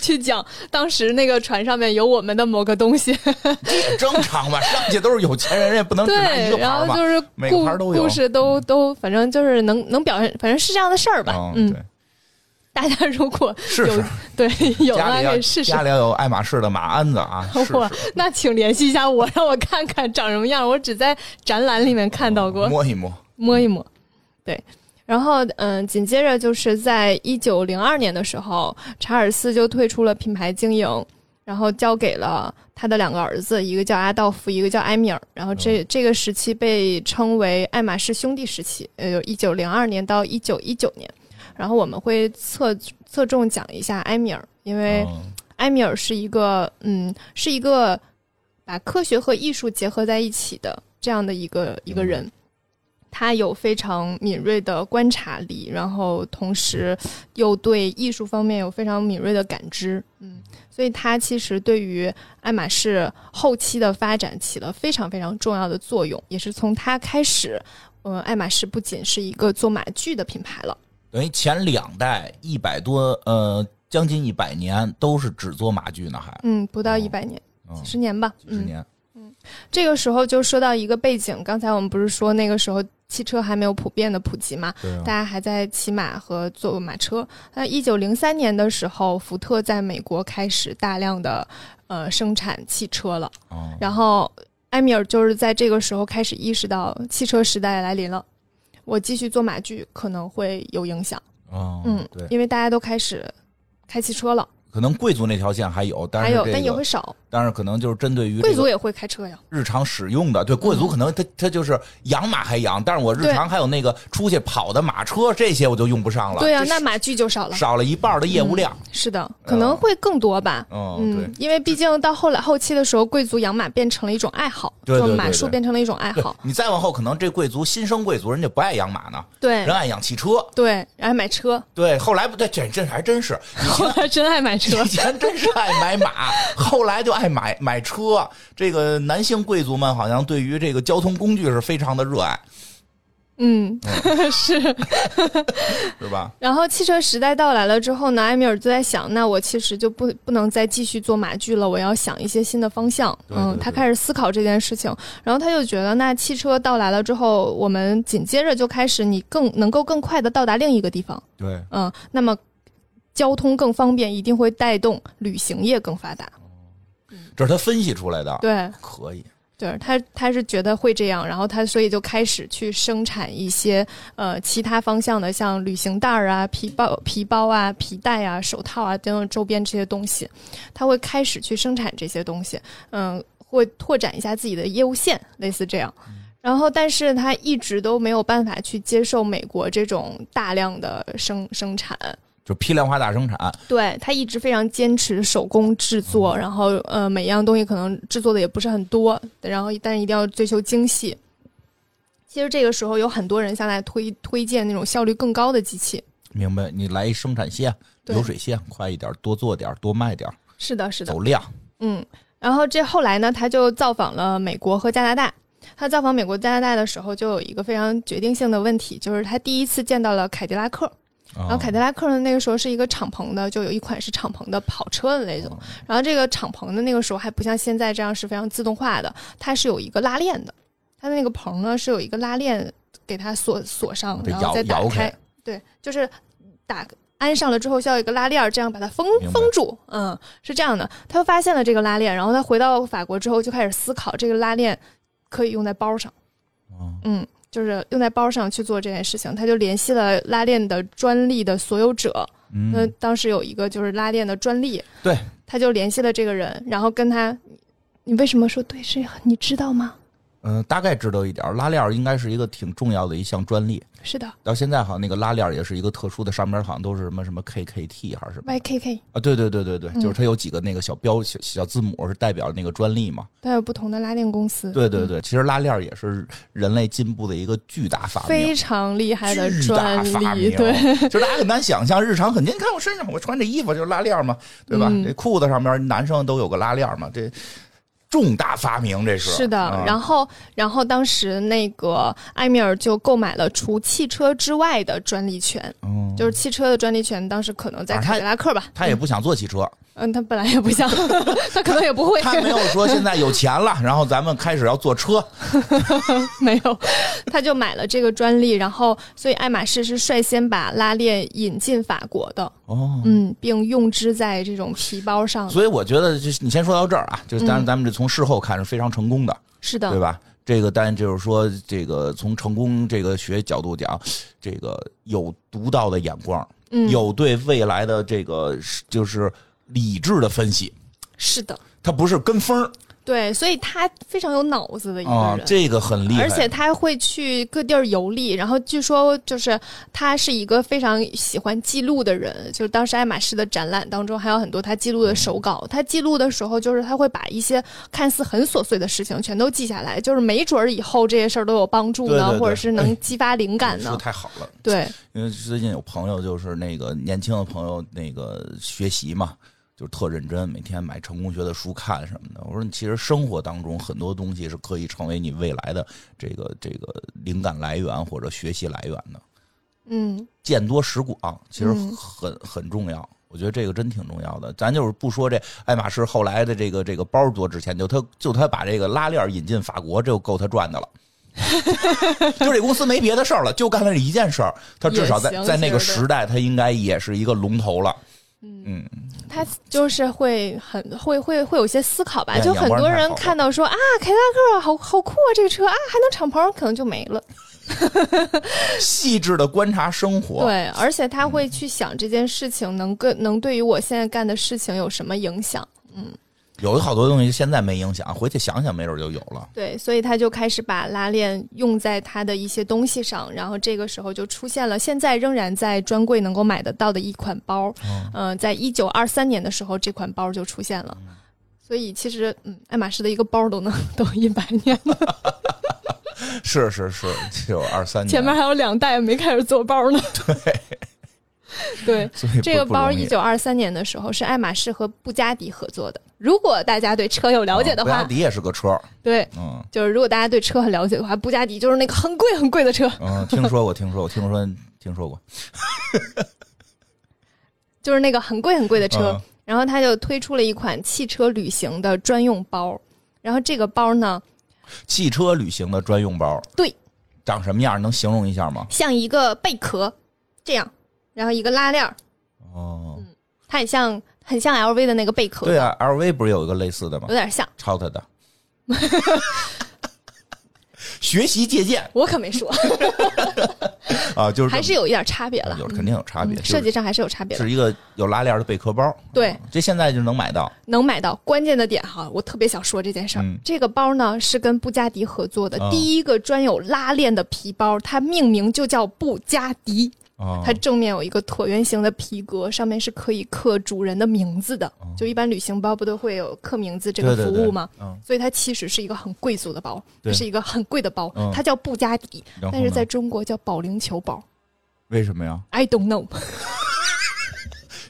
去讲当时那个船上面有我们的某个东西，也哎正常吧？上去都是有钱人，人也不能只拿对一个，牌然儿后嘛。就是每个故牌儿都有故事都都，反正就是能能表现，反正是这样的事儿吧，嗯，嗯，对，大家如果试试。对有家了里要也试试家。里要有爱马仕的马鞍子 *laughs* 啊，试我试那请联系一下我，让我看看长什么样。我只在展览里面看到过。摸一摸。摸一摸，对。然后，嗯，紧接着就是在一九零二年的时候，查尔斯就退出了品牌经营，然后交给了他的两个儿子，一个叫阿道夫，一个叫埃米尔。然后这、这个时期被称为爱马仕兄弟时期，呃，一九零二年到一九一九年。然后我们会侧侧重讲一下埃米尔，因为嗯埃米尔是一个，嗯，是一个把科学和艺术结合在一起的这样的一个一个嗯人。他有非常敏锐的观察力，然后同时又对艺术方面有非常敏锐的感知，嗯，所以他其实对于爱马仕后期的发展起了非常非常重要的作用，也是从他开始，呃，爱马仕不仅是一个做马具的品牌了。等于前两代一百多，呃，将近一百年都是只做马具呢，还嗯，不到哦一百年，嗯几十年吧，几十嗯年。这个时候就说到一个背景，刚才我们不是说那个时候汽车还没有普遍的普及嘛，对啊大家还在骑马和坐马车。那一九零三年的时候，福特在美国开始大量的呃生产汽车了，哦然后埃米尔就是在这个时候开始意识到汽车时代来临了。我继续做马具可能会有影响，哦，嗯对，因为大家都开始开汽车了，可能贵族那条线还有，但还是有这但也个会少，但是可能就是针对于贵这族个也会开车呀。日常使用的，对嗯贵族可能他他就是养马还养，但是我日对常还有那个出去跑的马车这些我就用不上了，对呀、这那嗯是马具就少了。少了一半的业务量，是的，可能会更多吧。哎哦嗯，因为毕竟到后来后期的时候，贵族养马变成了一种爱好，对对就对马术对变成了一种爱对，对 *laughs* 好。你再往后可能这贵族新生贵族人家不爱养马呢，对人爱养汽车，对，然后买 *laughs* 车，对，后来不对，这这还 *laughs* 真是后来真爱买车以。前真是爱买马，后来就爱买买车。这个男性贵族们好像对于这个交通工具是非常的热爱。 *laughs* 嗯，是。是吧？然后汽车时代到来了之后呢，埃米尔就在想，那我其实就不不能再继续做马剧了，我要想一些新的方向。对对嗯，对他开始思考这件事情，然后他就觉得，那汽车到来了之后，我们紧接着就开始你更能够更快的到达另一个地方。对，嗯，那么交通更方便，一定会带动旅行业更发达。这是他分析出来的，对，可以。对他，他是觉得会这样，然后他所以就开始去生产一些呃其他方向的，像旅行袋儿啊、皮包、皮包啊、皮带啊、手套啊等等周边这些东西，他会开始去生产这些东西，嗯，会拓展一下自己的业务线，类似这样。然后，但是他一直都没有办法去接受美国这种大量的生生产，就批量化大生产，对他一直非常坚持手工制作，然后呃每样东西可能制作的也不是很多，然后但一定要追求精细。其实这个时候有很多人向来推推荐那种效率更高的机器。明白？你来一生产线、对流水线，快一点，多做点，多卖点，是的，是的，走量。嗯。然后这后来呢，他就造访了美国和加拿大。他造访美国、加拿大的时候，就有一个非常决定性的问题，就是他第一次见到了凯迪拉克。然然后凯迪拉克呢，那个时候是一个敞篷的，就有一款是敞篷的跑车的那种。然后这个敞篷的那个时候还不像现在这样是非常自动化的，它是有一个拉链的，它的那个棚呢是有一个拉链给它锁锁上，得然后摇再打摇开开。对，就是打安上了之后需要有一个拉链儿，这样把它封明白封住。嗯，是这样的。他就发现了这个拉链，然后他回到法国之后就开始思考这个拉链可以用在包上。嗯嗯，就是用在包上去做这件事情，他就联系了拉链的专利的所有者。那、嗯，当时有一个就是拉链的专利，对，他就联系了这个人，然后跟他，你为什么说对是？你知道吗？嗯，大概知道一点。拉链儿应该是一个挺重要的一项专利，是的到现在好像那个拉链儿也是一个特殊的，上面好像都是什么什么 KKT 还是什么，YKK，啊？对对对对对，嗯就是它有几个那个小标小小字母是代表那个专利嘛？它有不同的拉链公司，对对嗯，对，其实拉链儿也是人类进步的一个巨大发明非。常厉害的巨大专发利，明，哦对，， *laughs* 就是大家很难想象，日常肯定，你看我身上我穿这衣服就是拉链嘛，对吧？嗯这裤子上面男生都有个拉链嘛，这重大发明这是是的。啊然后，然后当时那个埃米尔就购买了除汽车之外的专利权，嗯，就是汽车的专利权，当时可能在反正他凯迪拉克吧，他也不想坐汽车，嗯，他本来也不 *laughs* 想，他可能也不会，他没有说现在有钱了，然后咱们开始要坐车， *laughs* 没有，他就买了这个专利，然后所以爱马仕是率先把拉链引进法国的，哦，嗯，并用之在这种皮包上。所以我觉得就是你先说到这儿啊，就是当然嗯咱们这从事后看是非常成功的，是对的，吧？这个，但就是说，这个从成功这个学角度讲，这个有独到的眼光，嗯，有对未来的这个是就是理智的分析，是的，他不是跟风儿对，所以他非常有脑子的一个人。啊，这个很厉害。而且他会去各地儿游历，然后据说就是他是一个非常喜欢记录的人，就是当时爱马仕的展览当中还有很多他记录的手稿。他记录的时候，就是他会把一些看似很琐碎的事情全都记下来，就是没准儿以后这些事儿都有帮助呢，对对对或者是能激发灵感你说呢。太好了，对，因为最近有朋友就是那个年轻的朋友，那个学习嘛，就是特认真，每天买成功学的书看什么的。我说，你其实生活当中很多东西是可以成为你未来的这个这个灵感来源或者学习来源的。嗯，见多识广，其实嗯很、很重要。我觉得这个真挺重要的。咱就是不说这爱马仕后来的这个这个包多值钱，就他就他把这个拉链引进法国，这就够他赚 *laughs* 的了。就这公司没别的事儿了，就干了这一件事儿，他至少在也行在那个其实时代，他应该也是一个龙头了。他就是会很会会会有些思考吧，对就很阳多光太人好了看到说啊，凯迪拉克好好酷啊，这个车啊还能敞篷，可能就没了。细致的观察生活，对，而且他会去想这件事情能跟能对于我现在干的事情有什么影响。有好多东西现在没影响，回去想想没准就有 *laughs* 了。对，所以他就开始把拉链用在他的一些东西上，然后这个时候就出现了现在仍然在专柜能够买得到的一款包。嗯、在一九二三年的时候，这款包就出现了。所以其实，嗯，爱马仕的一个包都能 *laughs* 都一百年了，是是是，有二三年，前面还有两代没开始做包呢。 *laughs* 对，所以不这个包不容一易九二三年的时候是爱马仕和布加迪合作的。如果大家对车有了解的哦布话，加迪也是个车，对，嗯就是如果大家对车很了解的话，布加迪就是那个很贵很贵的车， *laughs* 嗯，听说过，听说过，听说听说过就是那个很贵很贵的车。嗯然后他就推出了一款汽车旅行的专用包，然后这个包呢，汽车旅行的专用包，对，长什么样？能形容一下吗？像一个贝壳这样，然后一个拉链儿，哦，嗯它很像很像 LV 的那个贝壳，对啊，LV 不是有一个类似的吗有？点像。*laughs* 抄他的，学习借鉴我可没 *laughs* 说，啊，就是还是有一点差别了有，肯定有差别，嗯就是设计上还是有差别的。是一个有拉链的贝壳包，对啊这现在就能买到，能买到。关键的点哈，我特别想说这件事儿。嗯这个包呢是跟布加迪合作的、啊第一个专有拉链的皮包，它命名就叫布加迪。哦它正面有一个椭圆形的皮革，上面是可以刻主人的名字的。就一般旅行包不都会有刻名字这个啊对服对务吗？？对嗯，所以它其实是一个很贵族的包，它对是一个很贵的包，嗯它叫布加迪，然后但是呢在中国叫保龄球包。为什么呀？ I don't know，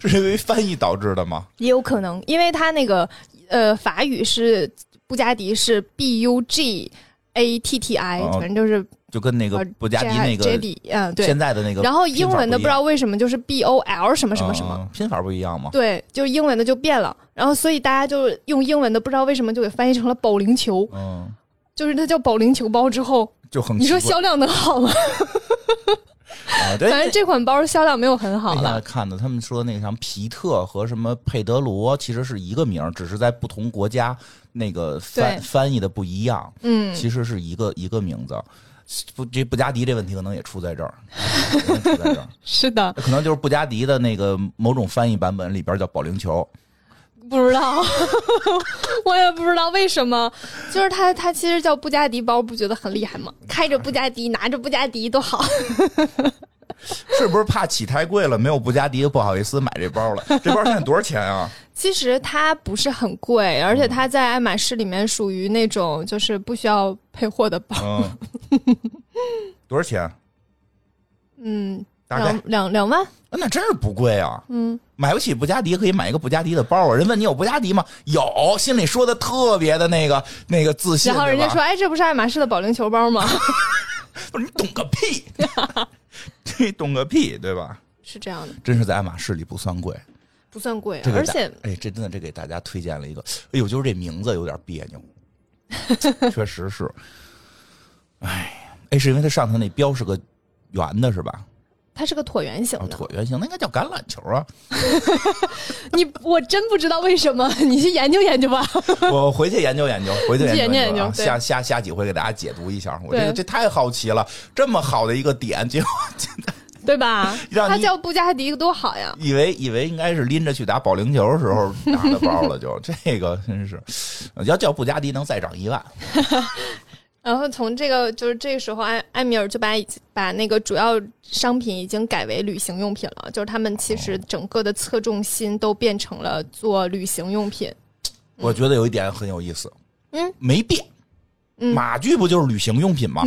是因为翻译导致的吗？也有可能，因为它那个呃法语是布加迪是 B U G A T T I，、哦反正就是就跟那个呃布加迪那 J 个 D，嗯对现。在的那个拼法一样，然后英文的不知道为什么就是 B O L 什么什么什么，嗯拼法不一样吗？对，就英文的就变了。然后所以大家就用英文的不知道为什么就给翻译成了保龄球，嗯，就是它叫保龄球包之后，就很你说奇怪销量能好吗？啊，对反正这款包销量没有很好那天了还。看的，他们说那个什么皮特和什么佩德罗其实是一个名儿，只是在不同国家那个翻对翻译的不一样，嗯，其实是一个一个名字。不，这布加迪这问题可能也出在这儿，可能出在这儿，是的，可能就是布加迪的那个某种翻译版本里边叫保龄球，不知道， *laughs* 我也不知道为什么，就是它它其实叫布加迪包，不觉得很厉害吗？开着布加迪，拿着布加迪都好。是不是怕起太贵了，没有布加迪不好意思买这包了？这包现在多少钱啊？其实它不是很贵，而且它在爱马仕里面属于那种就是不需要配货的包，嗯，多少钱？嗯，大概两两两万，啊那真是不贵啊！嗯，买不起布加迪，可以买一个布加迪的包啊。人问你有布加迪吗？有，心里说的特别的那个那个自信。然后人家对吧说，哎，这不是爱马仕的保龄球包吗？不是你懂个 *laughs* 屁，你懂个屁，对吧？是这样的，真是在爱马仕里不算贵，不算贵，这个而大且哎，这真的这给大家推荐了一个，哎呦，就是这名字有点别 *laughs* 扭，确实是，哎呀，哎，是因为它上头那标是个圆的，是吧？它是个椭圆形啊，的，椭圆形，那应该叫橄榄球啊。你我真不知道为什么，你去研究研究吧。我回去研究研究，回去去研研究究研啊研究对下下下几回给大家解读一下。我这个对这太好奇了，这么好的一个点，结果对吧？让它你叫布加迪多好呀！以为以为应该是拎着去打保龄球的时候拿的包了就，这个真是要叫布加迪能再涨一万，然后从这个就是这个时候，艾艾米尔就把已经把那个主要商品已经改为旅行用品了，就是他们其实整个的侧重心都变成了做旅行用 *laughs* 品。我觉得有一点很有意思，嗯，没变，嗯马具不就是旅行用品吗？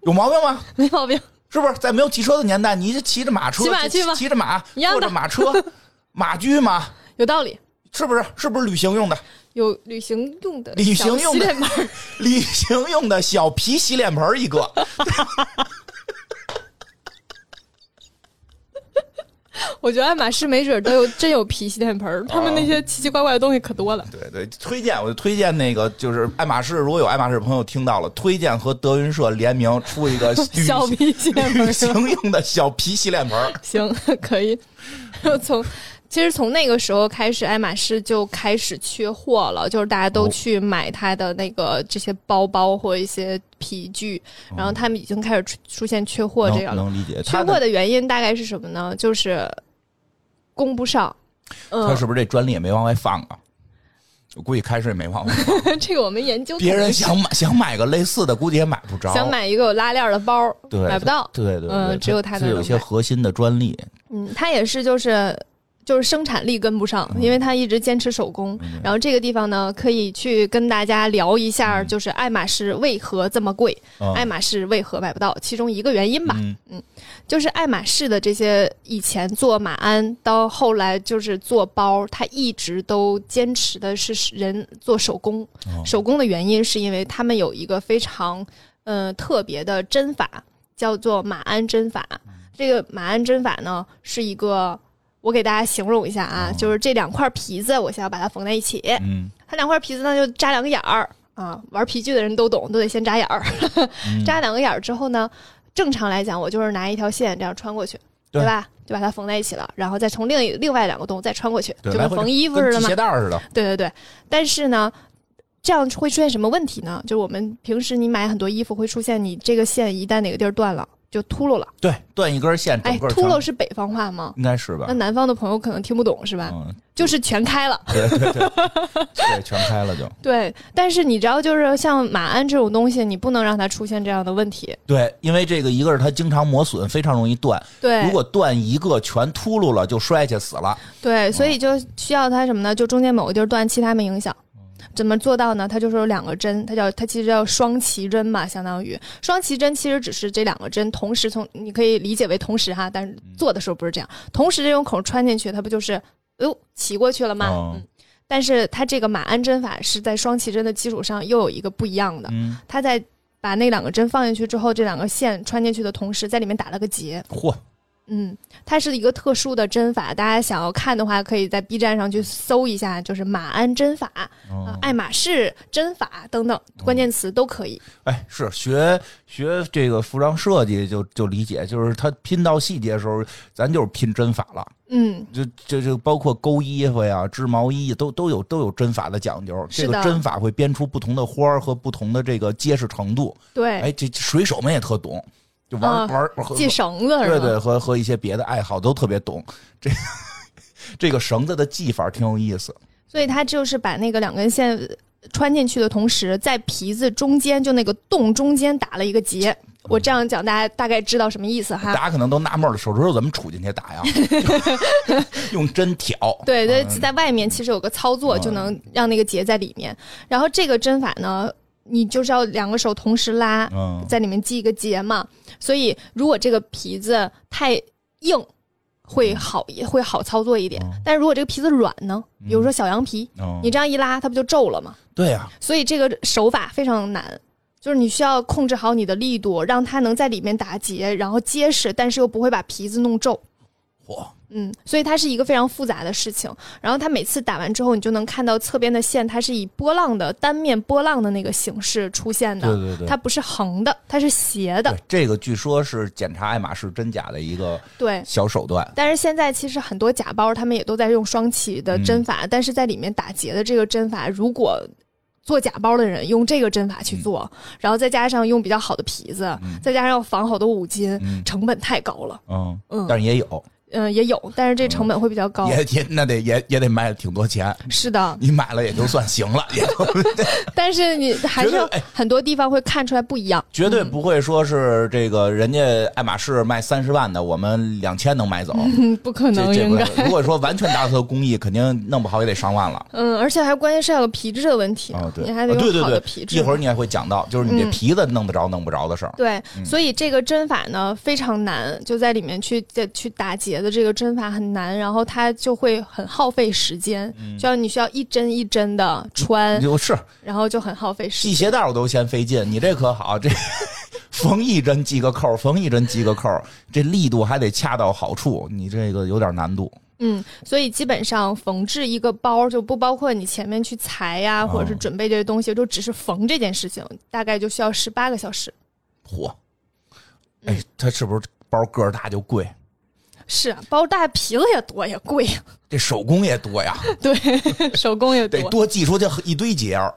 有毛病吗？没毛病，是不是在没有汽车的年代，你就骑着马车，骑马去吧骑着马，一样的坐着马车， *laughs* 马具嘛，有道理，是不是？是不是旅行用的？有旅行用的旅行用的小洗脸盆儿 *laughs* 旅行用的小皮洗脸盆儿一个，我觉得爱马仕没准儿都有真有皮洗脸盆啊儿，他们那些奇奇怪怪的东西可多了。对对，推荐我就推荐那个，就是爱马仕，如果有爱马仕朋友听到了，推荐和德云社联名出 *laughs* 一个旅小行皮洗脸盆旅儿是吧行用的小皮洗脸盆儿。行， *laughs* 可以。然后从其实从那个时候开始，爱马仕就开始缺货了，就是大家都哦去买它的那个这些包包或一些皮具，然后他们已经开始出出现缺货这样了。哦能理解，缺他货的的原因大概是什么呢？就是供不上。他嗯，是不是这专利也没往外放啊？我估计开始也没往外放，嗯这 *laughs* 个我们研究过。别人 *laughs* 想买想买个类似的，估计也买不着，想买一个有拉链的包，对买不到。对对对，嗯它只有它它才有能一些买核心的专利，嗯，它也是就是就是生产力跟不上，嗯因为他一直坚持手工。然后这个地方呢，可以去跟大家聊一下，嗯啊就是爱马仕为何这么贵，后爱马仕为何买不到，其中一个原因吧。嗯就是爱马仕的这些以前做马鞍，到后来就是做包，它一直都坚持的是人做手工。哦手工的原因是因为他们有一个非常呃特别的针法，叫做马鞍针法。嗯这个马鞍针法呢，是一个我给大家形容一下啊，哦就是这两块皮子，我先要把它缝在一起。嗯它两块皮子呢就扎两个眼儿啊，玩皮具的人都懂，都得先扎眼儿。嗯 *laughs* 扎两个眼儿之后呢，正常来讲，我就是拿一条线这样穿过去，对对吧？就把它缝在一起了，然后再从另一另外两个洞再穿过去，对就跟来回缝衣服跟似的系嘛鞋。带儿似的，对对对。但是呢，这样会出现什么问题呢？就是我们平时你买很多衣服会出现，你这个线一旦哪个地儿断了，就秃噜了。对，断一根线，哎，整个秃全噜是北方话吗？应该是吧那？南方的朋友可能听不懂是吧？嗯，就是全开了。对对对，对，全 *laughs* 开了就。对，但是你知道，就是像马鞍这种东西，你不能让它出现这样的问题。对，因为这个一个是它经常磨损，非常容易断。对，如果断一个全秃噜了，就摔下去死了。对，所以就需要它什么呢？就中间某个地儿断，其他没影响。哦怎么做到呢？它就是有两个针，它叫它其实叫双旗针嘛，相当于双旗针其实只是这两个针同时从，你可以理解为同时哈，但是嗯做的时候不是这样，同时这种孔穿进去，它不就是哎呦骑过去了吗？哦嗯，但是它这个马鞍针法是在双旗针的基础上又有一个不一样的，嗯，它在把那两个针放进去之后，这两个线穿进去的同时，在里面打了个结，嚯，嗯，它是一个特殊的针法，大家想要看的话，可以在 B 站上去搜一下，就是马鞍针法、啊哦爱马仕针法等等关键词都可以。哎，是学学这个服装设计就就理解，就是它拼到细节的时候，咱就是拼针法了。嗯，就这就包括勾衣服呀、织毛衣，啊都都有都有针法的讲究。是这个的针法会编出不同的花儿和不同的这个结实程度。对，哎，这这水手们也特懂，就玩、啊玩和系绳子是对吧？对和和一些别的爱好都特别懂。这这个绳子的系法挺有意思。所以它就是把那个两根线穿进去的同时，在皮子中间就那个洞中间打了一个结。我这样讲，大家大概知道什么意思大哈？家可能都纳闷了，手指头怎么杵进去打呀？ *laughs* 用针挑。对对，嗯在外面其实有个操作嗯就能让那个结在里面。然后这个针法呢，你就是要两个手同时拉，嗯，在里面系一个结嘛。所以如果这个皮子太硬，会好会好操作一点哦。但如果这个皮子软呢，嗯比如说小羊皮，哦你这样一拉，它不就皱了吗？对啊呀、所以这个手法非常难。就是你需要控制好你的力度，让它能在里面打结，然后结实，但是又不会把皮子弄皱。嚯，嗯，所以它是一个非常复杂的事情。然后它每次打完之后，你就能看到侧边的线，它是以波浪的单面波浪的那个形式出现的，对对对它不是横的，它是斜的对。这个据说是检查爱马仕真假的一个对，小手段。但是现在其实很多假包他们也都在用双旗的针嗯法，但是在里面打结的这个针法，如果做假包的人用这个针法去做，嗯然后再加上用比较好的皮子，再加上要防好多五金，嗯成本太高了。嗯，嗯但是也有，嗯、也有，但是这成本会比较高。哦也也那得也也得卖挺多钱。是的，你买了也就算行了，也就但是你还是觉得哎很多地方会看出来不一样。绝对不会说是这个人家爱马仕卖三十万的，我们两千能买走。嗯，不可这 *laughs* 能，这应不该。如果说完全达到它的工艺，肯定弄不好也得上万了。嗯，而且还关键是要有皮质的问题呢、哦，对，你还得啊对有对好的对皮质。一会儿你也会讲到，就是你这嗯皮子弄得着弄不着的事儿。对，所以这个针法呢非常难，就在里面去再去打结的这个针法很难，然后它就会很耗费时间，就要你需要一针一针的穿，嗯就是然后就很耗费时系间。鞋带儿我都嫌费劲，你这可好，这 *laughs* 缝一针系个扣儿，缝一针系个扣儿，这力度还得恰到好处，你这个有点难度。嗯，所以基本上缝制一个包就不包括你前面去裁呀、哦或者是准备这些东西，就只是缝这件事情，大概就需要十八个小时。嚯，嗯哎，它是不是包个儿大就贵？是啊，包大皮子也多也贵，这手工也 *laughs* 多呀，对，手工也得多系出去一堆结儿。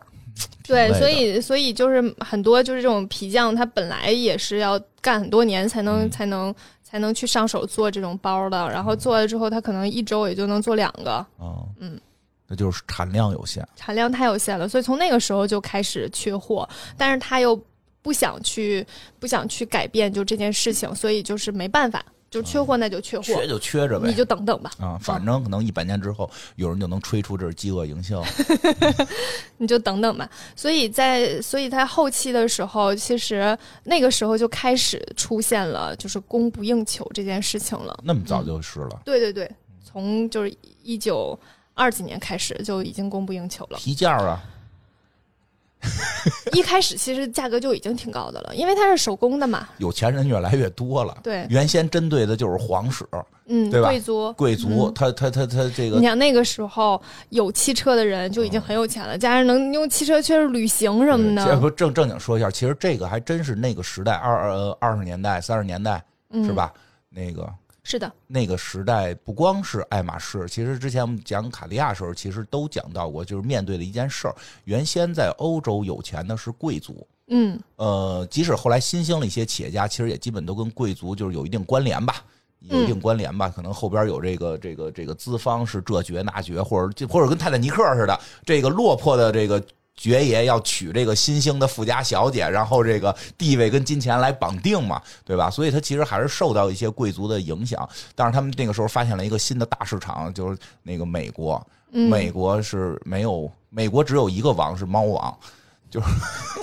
对，挺累的所以所以就是很多就是这种皮匠，他本来也是要干很多年才能、嗯才能才能去上手做这种包的，然后做了之后，他可能一周也就能做两个，啊，嗯，那就是产量有限。产量太有限了，所以从那个时候就开始缺货，但是他又不想去不想去改变就这件事情，所以就是没办法。就是啊缺货那就缺货，缺就缺着呗，你就等等吧，啊，反正可能一百年之后，有人就能吹出这是饥饿营销。你就等等吧。所以在所以在后期的时候，其实那个时候就开始出现了就是供不应求这件事情了。那么早就是了，对对对，从就是一九二几年开始就已经供不应求了。皮件儿啊，一开始其实价格就已经挺高的了，因为它是手工的嘛，有钱人越来越多了。对原先针对的就是皇室、嗯，对吧贵族。贵族，他他他他这个嗯你想那个时候有汽车的人就已经很有钱了，加上能用汽车去旅行什么对嗯这的，不正正经说一下，其实这个还真是那个时代二呃二十年代三十年代嗯，是？吧？那个是的，那个时代不光是爱马仕，其实之前我们讲卡地亚的时候，其实都讲到过，就是面对的一件事儿。原先在欧洲有钱的是贵族，嗯，呃，即使后来新兴的一些企业家，其实也基本都跟贵族就是有一定关联吧。有一定关联吧，可能后边有这个这个这个资方是这爵那爵，或者就或者跟泰坦尼克似的，这个落魄的这个爵爷要娶这个新兴的富家小姐，然后这个地位跟金钱来绑定嘛，对吧？所以他其实还是受到一些贵族的影响，但是他们那个时候发现了一个新的大市场，就是那个美国，嗯美国是没有，美国只有一个王是猫王， *laughs* 就是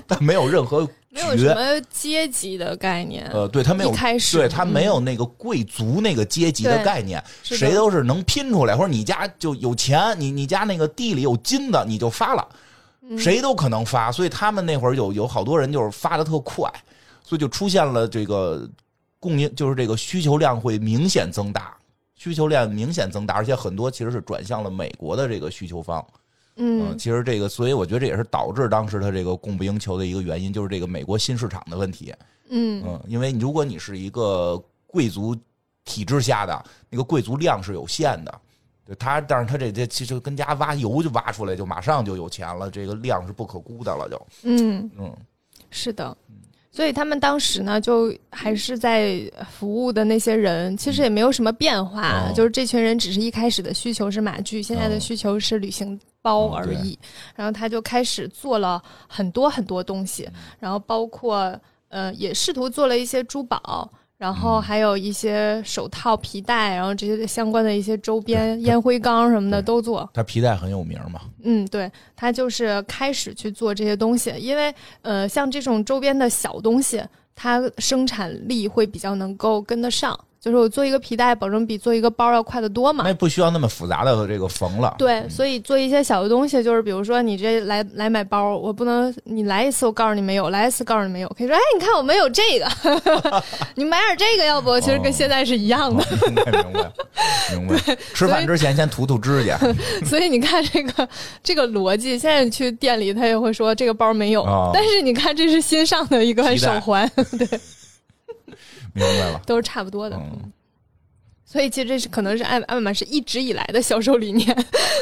但没有任何没有什爵，么阶级的概念。呃，对他没有一开始对他没有那个贵族那个阶级的对概念，是的谁都是能拼出来，或者你家就有钱，你你家那个地里有金的，你就发了，嗯谁都可能发，所以他们那会儿有有好多人就是发的特快，所以就出现了这个供应，就是这个需求量会明显增大。需求量明显增大，而且很多其实是转向了美国的这个需求方。嗯嗯，，其实这个，所以我觉得这也是导致当时它这个供不应求的一个原因，就是这个美国新市场的问题。嗯，嗯，因为如果你是一个贵族体制下的，那个贵族量是有限的。对他，但是他这这其实跟家挖油就挖出来，就马上就有钱了，这个量是不可估的了，就嗯，嗯，是的。所以他们当时呢，就还是在服务的那些人，其实也没有什么变化，嗯哦就是这群人只是一开始的需求是马具，现在哦的需求是旅行包哦而对已。然后他就开始做了很多很多东嗯西，然后包括呃，也试图做了一些珠宝。然嗯后还有一些手套、皮带，然后这些相关的一些周边、对烟灰缸什么的对都做。他皮带很有名嘛，嗯，对，他就是开始去做这些东西，因为呃，像这种周边的小东西，它生产力会比较能够跟得上。就是我做一个皮带，保证比做一个包要快得多嘛那。不需要那么复杂的这个缝了。对，所以做一些小的东西，就是比如说你这来来买包，我不能你来一次我告诉你没有，来一次告诉你没有，可以说哎，你看我们有这个， *laughs* 你买点这个要不？其实跟现在是一样的。 *laughs* 明白明白明 *laughs* 白。吃饭之前先涂涂指甲所以你看这个这个逻辑，现在你去店里他也会说这个包没有，哦但是你看这是新上的一个皮带手环，明白了。 *laughs* 都是差不多的。嗯，所以其实这是可能是爱爱马仕一直以来的销售理念。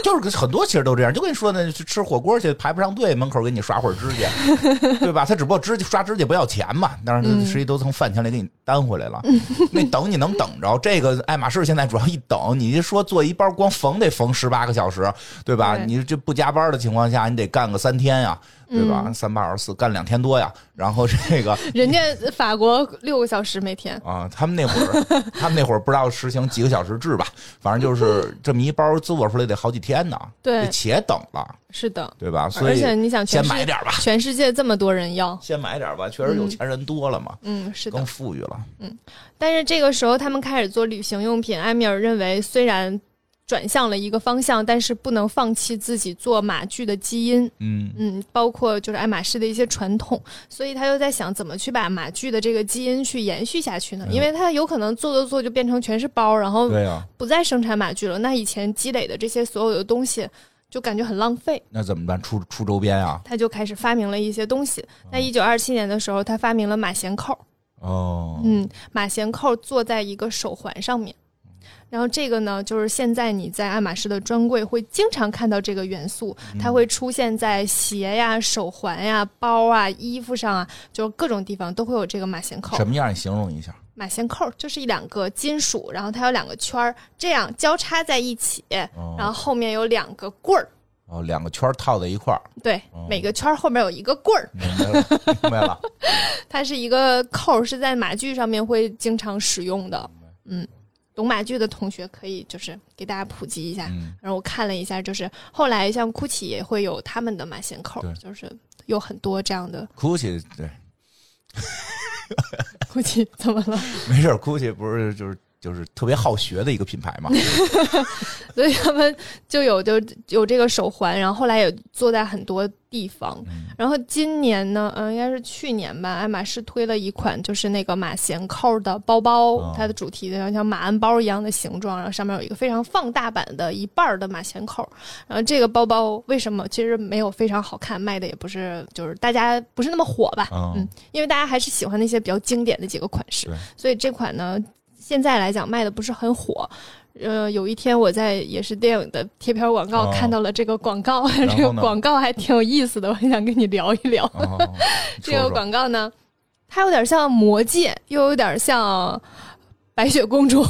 就是很多其实都这样，就跟你说呢，去吃火锅去排不上队，门口给你刷会儿指甲， *laughs* 对吧？他只不过指甲刷指甲不要钱嘛，但是嗯他实际都从饭钱里给你担回来了。 *laughs* 那等你能等着，这个爱马仕现在主要一等，你一说做一包光缝得缝十八个小时，对吧？对你这不加班的情况下，你得干个三天呀，对嗯吧？三八二十四干两天多呀，然后这个。人家法国六个小时每天，啊，他们那会 *laughs* 儿，他们那会儿不知道实行几个小时制吧，反正就是这么一包做出来得好几天呢，对得且等了，是的。对吧？所哎而以且你想全先世，买点儿吧，全世界这么多人要，先买点儿吧，确实有钱人多了嘛，嗯，是的更。富裕了，但是这个时候他们开始做旅行用品，埃米尔认为虽然转向了一个方向，但是不能放弃自己做马具的基因。嗯，嗯，包括就是爱马仕的一些传统，所以他又在想怎么去把马具的这个基因去延续下去呢？因为他有可能做做做就变成全是包，然后嗯对呀，不再生产马具了。那以前积累的这些所有的东西，就感觉很浪费。那怎么办？出出周边啊？他就开始发明了一些东西。在一九二七年的时候，他发明了马衔扣，哦，嗯，马衔扣做在一个手环上面。然后这个呢，就是现在你在爱马仕的专柜会经常看到这个元素，嗯它会出现在鞋呀、手环呀、包啊、衣服上啊，就是各种地方都会有这个马衔扣什。么样？你形容一下，马衔扣就是一两个金属，然后它有两个圈儿，这样交叉在一起，然哦，后后面有两个棍儿，哦两个圈儿套在一块儿，对，每个圈儿后面有一个棍儿，明白了， *laughs* 明白了，它是一个扣儿，是在马具上面会经常使用的。嗯，懂马剧的同学可以就是给大家普及一下。嗯，然后我看了一下，就是后来像 GUCCI 也会有他们的马衔扣对，就是有很多这样的 *laughs* g u c c i 对， GUCCI 怎么了？没事儿，GUCCI 不是就是就是特别好学的一个品牌嗯嘛，所以他们就有就有这个手环，然后后来也做在很多地方。嗯然后今年呢，嗯、应该是去年吧，爱马仕推了一款就是那个马衔扣的包包，哦它的主题的像马鞍包一样的形状，然后上面有一个非常放大版的一半儿的马衔扣。然后这个包包为什么其实没有非常好看，卖的也不是就是大家不是那么火吧？嗯嗯，因为大家还是喜欢那些比较经典的几个款式对，所以这款呢，现在来讲卖的不是很火。呃，有一天我在也是电影的贴片广告哦看到了这个广告，呢 *laughs* 这个广告还挺有意思的，我很想跟你聊一聊。哦， *laughs* 这说个说广告呢，它有点像魔戒，又有点像白雪公主，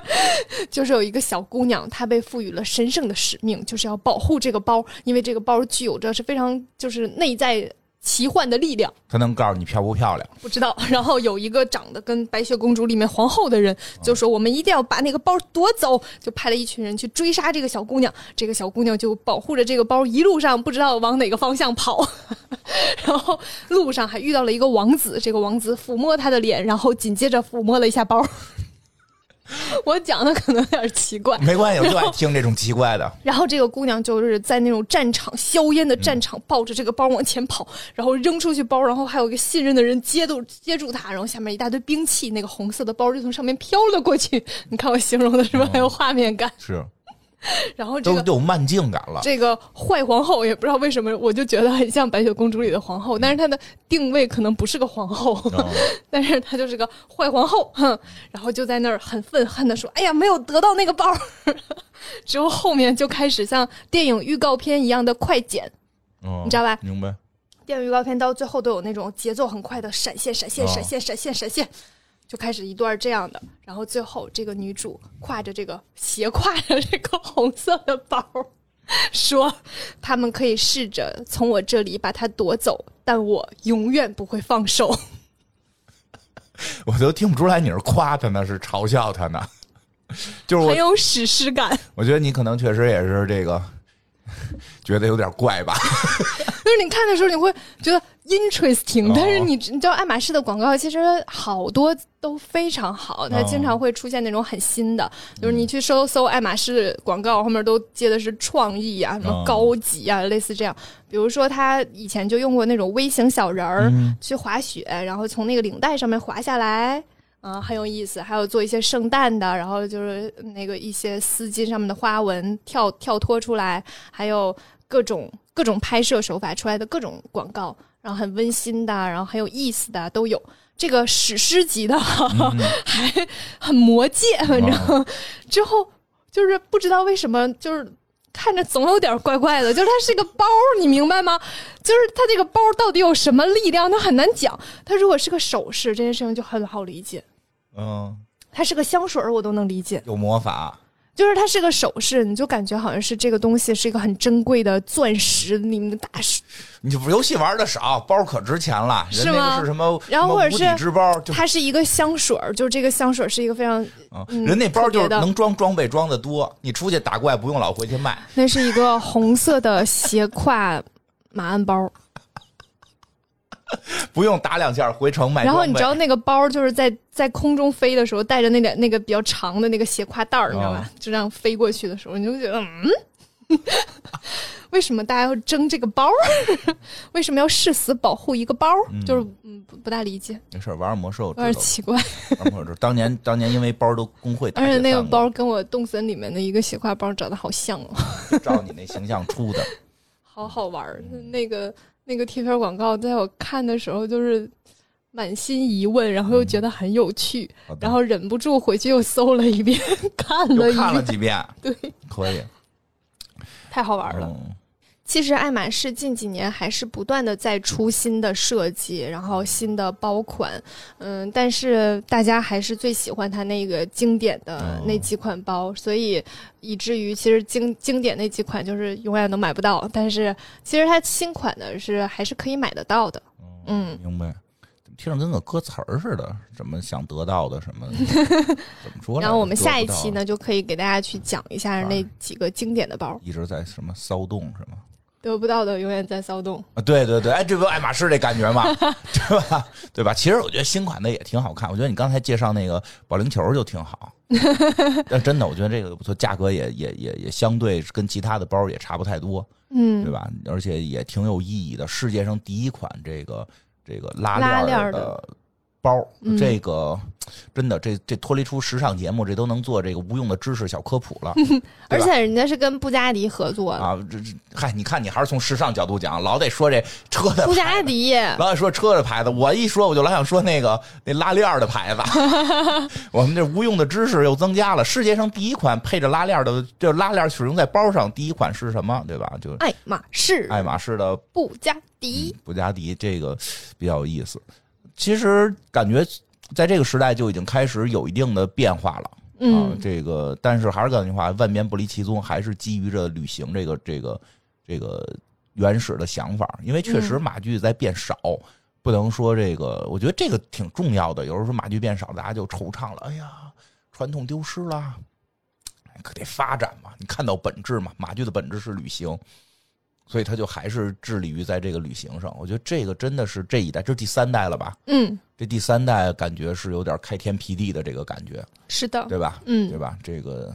*laughs* 就是有一个小姑娘，她被赋予了神圣的使命，就是要保护这个包，因为这个包具有着是非常就是内在奇幻的力量。他能告诉你漂不漂亮，不知道。 *laughs* 然后有一个长得跟白雪公主里面皇后的人，就说我们一定要把那个包夺走，就派了一群人去追杀这个小姑娘。这个小姑娘就保护着这个包，一路上不知道往哪个方向跑。 *laughs* 然后路上还遇到了一个王子，这个王子抚摸她的脸，然后紧接着抚摸了一下包。 *laughs* 我讲的可能有点奇怪，没关系，我就爱听这种奇怪的，然后这个姑娘就是在那种战场硝烟的战场，抱着这个包往前跑，然后扔出去包，然后还有一个信任的人接住接住她，然后下面一大堆兵器，那个红色的包就从上面飘了过去。你看我形容的是不是很有画面感？是然后这都啊个都有慢镜感了。这个坏皇后也不知道为什么，我就觉得很像白雪公主里的皇后，但是她的定位可能不是个皇后。 *laughs* 哦但是她就是个坏皇后，哼，然后就在那儿很愤恨的说：“哎呀，没有得到那个包儿。” *laughs* 之后后面就开始像电影预告片一样的快剪，哦你知道吧？明白。电影预告片到最后都有那种节奏很快的闪现、闪现、哦闪现、闪现、闪现，就开始一段这样的。然后最后这个女主挎着这个斜挎着这个红色的包儿，说：“他们可以试着从我这里把它夺走，但我永远不会放手。”我都听不出来你是夸他呢，是嘲笑他呢。就是很我，有史诗感。我觉得你可能确实也是这个，觉得有点怪吧？就是你看的时候，你会觉得 interesting，、哦但是你知你知道爱马仕的广告其实好多都非常好，它哦嗯经常会出现那种很新的，就是你去搜搜爱马仕广告，后面都接的是创意啊、什么哦高级啊，类似这样。比如说他以前就用过那种微型小人儿、嗯去滑雪，然后从那个领带上面滑下来。嗯，很有意思，还有做一些圣诞的，然后就是那个一些丝巾上面的花纹跳跳脱出来，还有各种各种拍摄手法出来的各种广告，然后很温馨的，啊然后很有意思的啊都有。这个史诗级的， *laughs* 还很魔界，反正、 *laughs* 之后就是不知道为什么，就是看着总有点怪怪的，就是它是个包，你明白吗？就是它这个包到底有什么力量，它很难讲。它如果是个首饰，这件事情就很好理解；嗯，它是个香水儿，我都能理解。有魔法，就是它是个首饰，你就感觉好像是这个东西是一个很珍贵的钻石，你们的大石你就不游戏玩的少，包可值钱了。人是那吗个是什么？然后什或么者是无底之包，就它是一个香水儿，就是这个香水儿是一个非常，嗯嗯人那包就特别是的能装装备装的多，你出去打怪不用老回去卖。那是一个红色的斜挎马鞍包，不用打两下回城卖然装备。后你知道那个包就是在在空中飞的时候带着那点那个比较长的那个斜挎带啊儿，你知道吧？就这样飞过去的时候，你就觉得嗯， *laughs* 为什么大家要争这个包儿？ *laughs* 为什么要誓死保护一个包儿？就是嗯不不大理解，没事，玩玩魔兽知有道点了，奇怪。玩魔兽。当年当年因为包都工会打而解且散过，那个包跟我动森里面的一个斜挎包长得好像哦，就照你那形象出的。好好玩儿。嗯那个那个贴片广告，在我看的时候就是满心疑问，然后又嗯觉得很有趣，好的然后忍不住回去又搜了一遍，看了又一看了遍，几遍，对，可以太好玩了。嗯其实爱马仕近几年还是不断的在出新的设计，然后新的包款，嗯，但是大家还是最喜欢它那个经典的哦那几款包，所以以至于其实经经典那几款就是永远都买不到，但是其实它新款的是还是可以买得到的，嗯明白。听着跟个歌词儿似的，什么想得到的 *laughs* 什么，怎么说来着？然后我们得下一不到期呢，就可以给大家去讲一下啊那几个经典的包，一直在什么骚动是吗？得不到的永远在骚动。啊，对对对，哎，这不爱马仕这感觉嘛，对吧？对吧？其实我觉得新款的也挺好看，我觉得你刚才介绍那个保龄球就挺好，但真的，我觉得这个不错，价格也也也也相对跟其他的包也差不太多，嗯对，吧？而且也挺有意义的，世界上第一款这个这个拉拉链链儿儿的包，嗯这个真的这这脱离出时尚节目，这都能做这个无用的知识小科普了。对而吧且人家是跟布加迪合作的，啊，这这，嗨，你看你还是从时尚角度讲，老得说这车的布牌加子 *laughs* 迪，老得说车的牌子，我一说我就老想说那个那拉链儿的牌子。我们这无用的知识又增加了。世界上第一款配着拉链儿的，就拉链儿使用在包上，第一款是什么？对吧？就爱马仕，爱马仕的布加迪，布加迪，这个比较有意思。其实感觉在这个时代就已经开始有一定的变化了。啊，嗯，这个，但是还是那句话，万变不离其宗，还是基于着旅行这个这个这个原始的想法，因为确实嗯马具在变少。不能说这个，我觉得这个挺重要的。有时候说马具变少，大家就惆怅了。哎呀，传统丢失了，哎可得发展嘛。你看到本质嘛，马具的本质是旅行，所以它就还是致力于在这个旅行上。我觉得这个真的是这一代，这是第三代了吧？嗯，这第三代感觉是有点开天辟地的这个感觉，是的，对吧？对嗯，吧？这个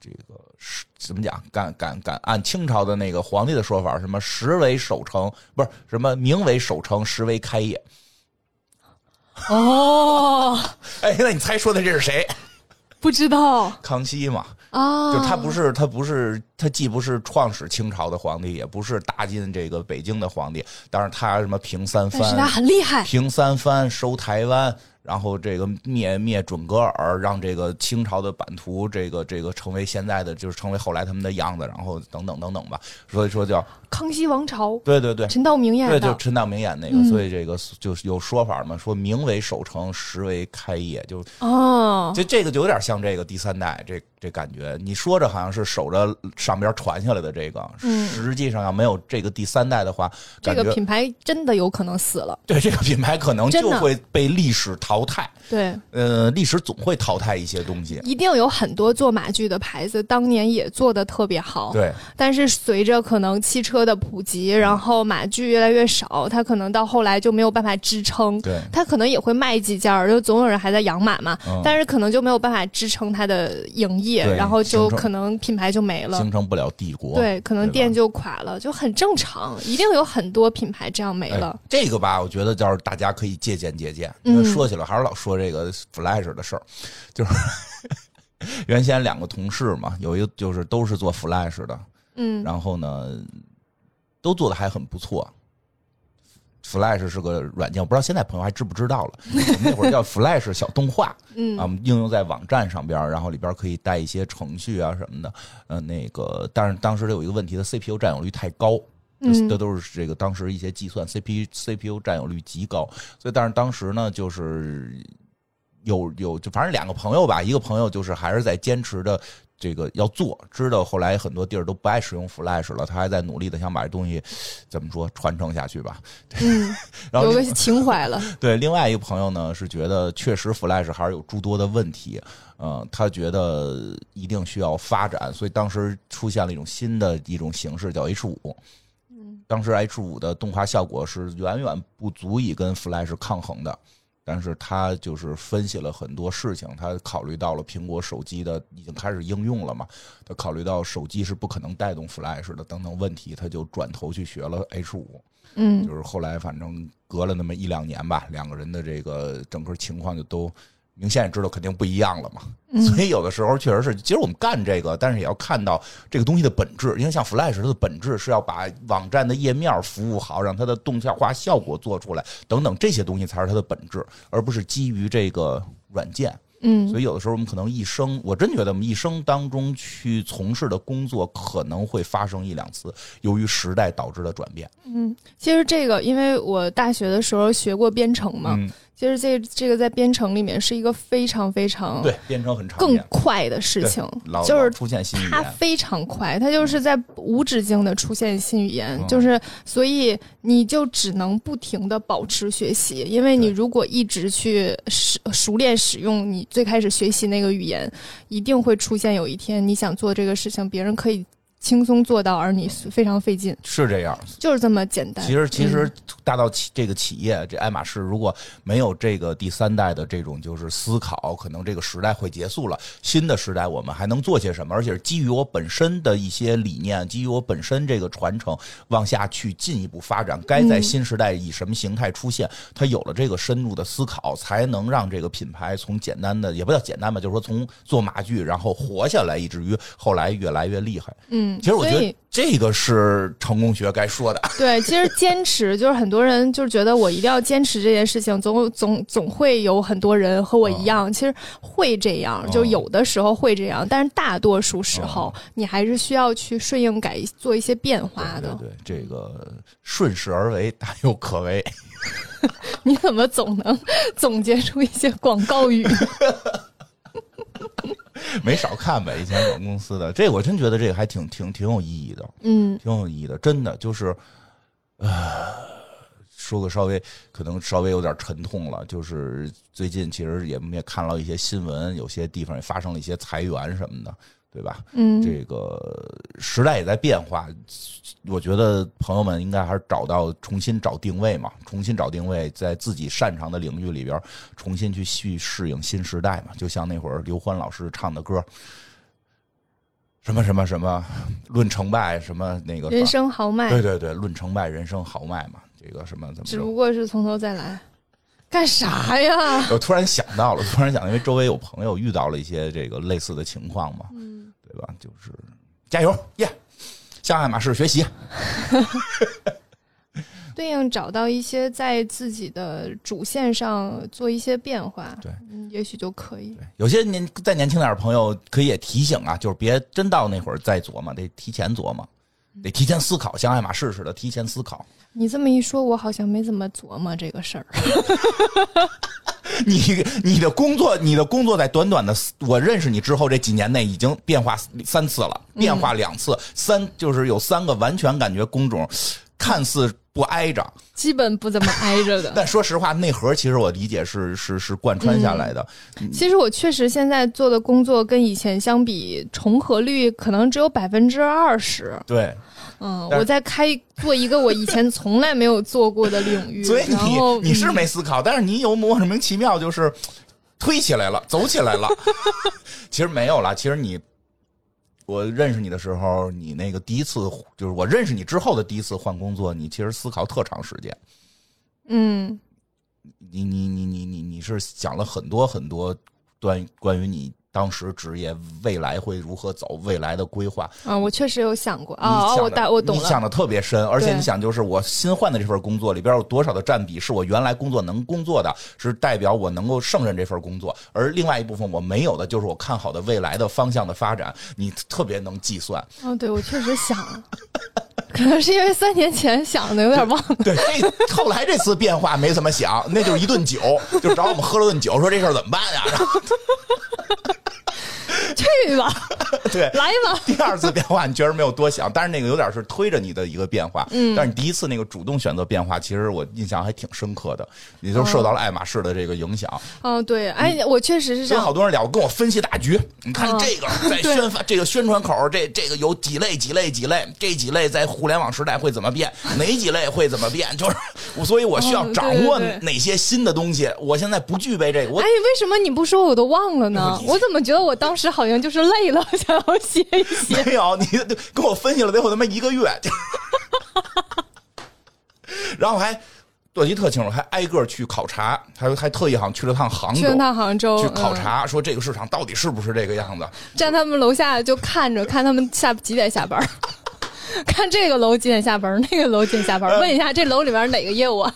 这个是怎么讲？敢敢敢按清朝的那个皇帝的说法，什么实为守城，不是什么名为守城，实为开业。哦，哎，那你猜说的这是谁？不知道康熙嘛，啊，就是他不是他不是他既不是创始清朝的皇帝，也不是打进这个北京的皇帝，但是他什么平三但是他藩，很厉害，平三藩收台湾。然后这个灭灭准格尔，让这个清朝的版图，这个这个成为现在的，就是成为后来他们的样子，然后等等等等吧。所以说叫康熙王朝，对对对，陈道明演对，就的，陈道明演那个，所嗯以这个就是有说法嘛，说名为守城，实为开业，就哦，就这个就有点像这个第三代这这感觉。你说着好像是守着上边传下来的这个，嗯实际上要没有这个第三代的话，这感个觉品牌真的有可能死了，对这个品牌可能真就的会被历史淘汰。对，呃，历史总会淘汰一些东西。一定有很多做马具的牌子，当年也做的特别好，对，但是随着可能汽车的普及，然后马具越来越少，它可能到后来就没有办法支撑。对它可能也会卖几件儿，就总有人还在养马嘛，嗯但是可能就没有办法支撑它的营业，对然后就形成可能品牌就没 *laughs* 了形。成不了帝国。对，可能对吧店就垮了，就很正常，一定有很多品牌这样没哎了。这个吧，我觉得倒是大家可以借鉴借鉴。嗯因为说起来还是老说这个 Flash 的事儿，就是 *laughs* 原先两个同事嘛，有一个就是都是做 Flash 的，嗯然后呢，都做的还很不错。Flash 是个软件，我不知道现在朋友还知不知道了。我们那会儿叫 Flash 小动画， *laughs* 嗯啊，我们应用在网站上边儿，然后里边儿可以带一些程序啊什么的。呃，那个，但是当时有一个问题，它 CPU 占有率太高，这嗯这都是这个当时一些计算 CPU CPU 占有率极高，所以但是当时呢，就是有有就反正两个朋友吧，一个朋友就是还是在坚持着。这个要做，知道后来很多地儿都不爱使用 Flash 了，他还在努力的想把这东西怎么说传承下去吧。嗯， *laughs* 然后有另个情怀 *laughs* 了。对，另外一个朋友呢是觉得确实 Flash 还是有诸多的问题，呃，他觉得一定需要发展，所以当时出现了一种新的一种形式叫 H 五。当时 H 五的动画效果是远远不足以跟 Flash 抗衡的，但是他就是分析了很多事情，他考虑到了苹果手机的已经开始应用了嘛，他考虑到手机是不可能带动 Flash 的等等问题，他就转头去学了 H 五。嗯就是后来反正隔了那么一两年吧，两个人的这个整个情况就都明显也知道肯定不一样了嘛。嗯所以有的时候确实是，其实我们干这个，但是也要看到这个东西的本质，因为像 Flash 它的本质是要把网站的页面服务好，让它的动效化效果做出来，等等这些东西才是它的本质，而不是基于这个软件。嗯所以有的时候我们可能一生，我真觉得我们一生当中去从事的工作可能会发生一两次由于时代导致的转变。嗯，其实这个，因为我大学的时候学过编程嘛，嗯其实这这个在编程里面是一个非常非常对，编程很常啊更见，快的事情老，就老是出现新语它言，非常快，它就是在无止境的出现新语言，嗯就是所以你就只能不停的保持学习，因为你对如果一直去使熟练使用你最开始学习那个语言，一定会出现有一天你想做这个事情，别人可以轻松做到，而你非常费劲，是这样。就是这么简单。其实，其嗯实大到企这个企业，这爱马仕如果没有这个第三代的这种就是思考，可能这个时代会结束了。新的时代我们还能做些什么？而且是基于我本身的一些理念，基于我本身这个传承往下去进一步发展，该嗯在新时代以什么形态出现？它有了这个深入的思考，才能让这个品牌从简单的也不叫简单吧，就是说从做马具然后活下来，以至于后来越来越厉害。嗯，其实我觉所得以这个是成功学该说的。 *laughs* 对，其实坚持就是很多人就是觉得我一定要坚持这件事情， *laughs* 总总总会有很多人和我一样，其实会这样，就哦有的时候会这样，但是大多数时候哦你还是需要去顺应改做一些变化的。对对对，这个顺势而为，大有可为。你怎么总能 *laughs* 总结出一些广告 *laughs* 语？没少看呗，以前广告公司的这，我真觉得这个还挺挺挺有意义的，嗯，挺有意义的，真的就是，呃，说个稍微可能稍微有点沉痛了，就是最近其实也也看到一些新闻，有些地方也发生了一些裁员什么的，对吧？嗯这个时代也在变化，我觉得朋友们应该还是找到重新找定位嘛，重新找定位，在自己擅长的领域里边，重新去去适应新时代嘛。就像那会儿刘欢老师唱的歌，什么什么什么，论成败，什么那个，人生豪迈对，对对，论成败，人生豪迈嘛。这个什么怎么只着？不过是从头再来，干啥 *laughs* 呀？我突然想到了，突然想到，因为周围有朋友遇到了一些这个类似的情况嘛，嗯，对吧？就是加油，耶、向爱马仕学习。对应找到一些在自己的主线上做一些变化，对嗯，也许就可以。有些年再年轻点儿的朋友，可以也提醒啊，就是别真到那会儿再琢磨，得提前琢磨，得提前思考，像爱马仕似的提前思考。你这么一说，我好像没怎么琢磨这个事儿。 *laughs* 你你的工作，你的工作在短短的我认识你之后这几年内已经变化三次了，变化嗯两次，三就是有三个完全感觉工种看似不挨着，基本不怎么挨着 *laughs* 的。但说实话，内核其实我理解是是是贯穿下来嗯的。其实我确实现在做的工作跟以前相比，重合率可能只有百分之二十。对，嗯，但是我在开做一个我以前从来没有做过的领域， *laughs* 所以嗯然后你你是嗯没思考，但是你有莫名其妙就是推起来了，走起来 *laughs* 了。其实没有啦，其实你我认识你的时候，你那个第一次就是我认识你之后的第一次换工作，你其实思考特长时间。嗯，你你你你你你是想了很多很多关关于你当时职业未来会如何走，未来的规划。啊，我确实有想过你啊，想哦的我大我懂你想了，的特别深，而且对你想，就是我新换的这份工作里边有多少的占比是我原来工作能工作的，是代表我能够胜任这份工作，而另外一部分我没有的，就是我看好的未来的方向的发展，你特别能 *laughs* 计算。哦，对我确实想了，可能是因为三年前想的，有点忘了。 *laughs* 对，这后来这次变化没怎么想，那就是一顿酒，就找我们喝了顿酒，说这事儿怎么办呀？ *laughs* 然后去吧，对。来吧， *laughs* 第二次变化，你确实没有多想，但是那个有点是推着你的一个变化。嗯，但是你第一次那个主动选择变化，其实我印象还挺深刻的，也就是受到了爱马仕的这个影响。哦，对，哎，我确实是这跟样好，多人聊，跟我分析大局。你看嗯这个在宣发，这个宣传口，这这个有几类几类几类，这几类在互联网时代会怎么变？哪几类会怎么变？就是，我所以我需要嗯对掌握对对哪些新的东西。我现在不具备这个，我哎，为什么你不说我都忘了 *laughs* 呢？我怎么觉得我当时好像就是累了，想要歇一 *laughs* 歇。没有，你跟我分析了得有他妈一个月， *laughs* 就是然后还我记得特清楚，还挨个去考察，还还特意好像去了趟杭去州了趟杭州去考，察，说这个市场到底是不是这个样子。嗯站他们楼下就看着，看他们下几点下班儿， *laughs* 看这个楼几点 *laughs* 嗯下班儿，那个楼几点下班儿，问一下这楼里边哪个业务啊？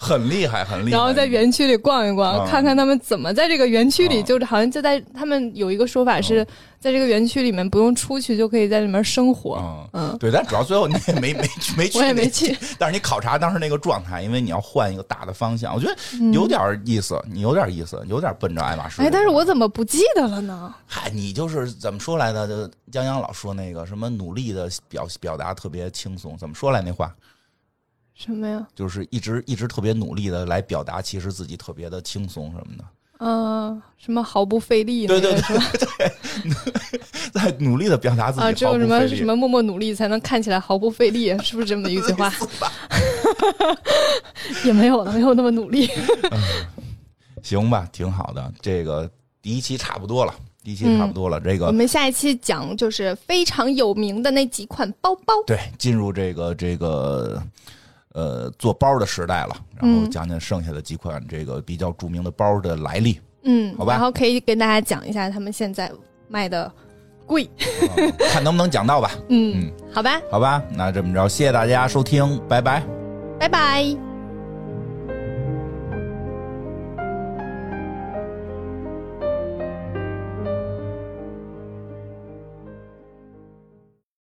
很厉害， *laughs* 很厉害。然后在园区里逛一逛，嗯看看他们怎么在这个园区里，嗯就是好像就在他们有一个说法啊是，在这个园区里面不用出去就可以在里面生活。嗯，嗯，对，但主要最后你也没没去没去，我也没那去。 *laughs* 但是你考察当时那个状态，因为你要换一个大的方向，我觉得有点意思，你有点意思，有点奔着爱马仕。嗯哎，但是我怎么不记得了呢？嗨，你就是怎么说来的？就江洋老说那个什么努力的表表达特别轻松，怎么说来那话？什么呀？就是一直一直特别努力的来表达，其实自己特别的轻松什么的。嗯，什么毫不费力？对对那个是吧在努力的表达自己，啊，只有什毫么不费力什么默默努力才能看起来毫不费力，是不是这么一句 *laughs* 话？也没有了，没有那么努力。行吧，挺好的。这个第一期差不多了，第一期差嗯不多了。这我个们下一期讲就是非常有名的那几款包包。对，进入这个这个呃做包的时代了，然后嗯讲讲剩下的几款这个比较著名的包的来历。嗯，好吧然后可以跟大家讲一下他们现在卖的贵。 *laughs* 嗯看能不能讲到吧，嗯，好吧，好吧？那这么着，谢谢大家收听，拜拜。拜拜。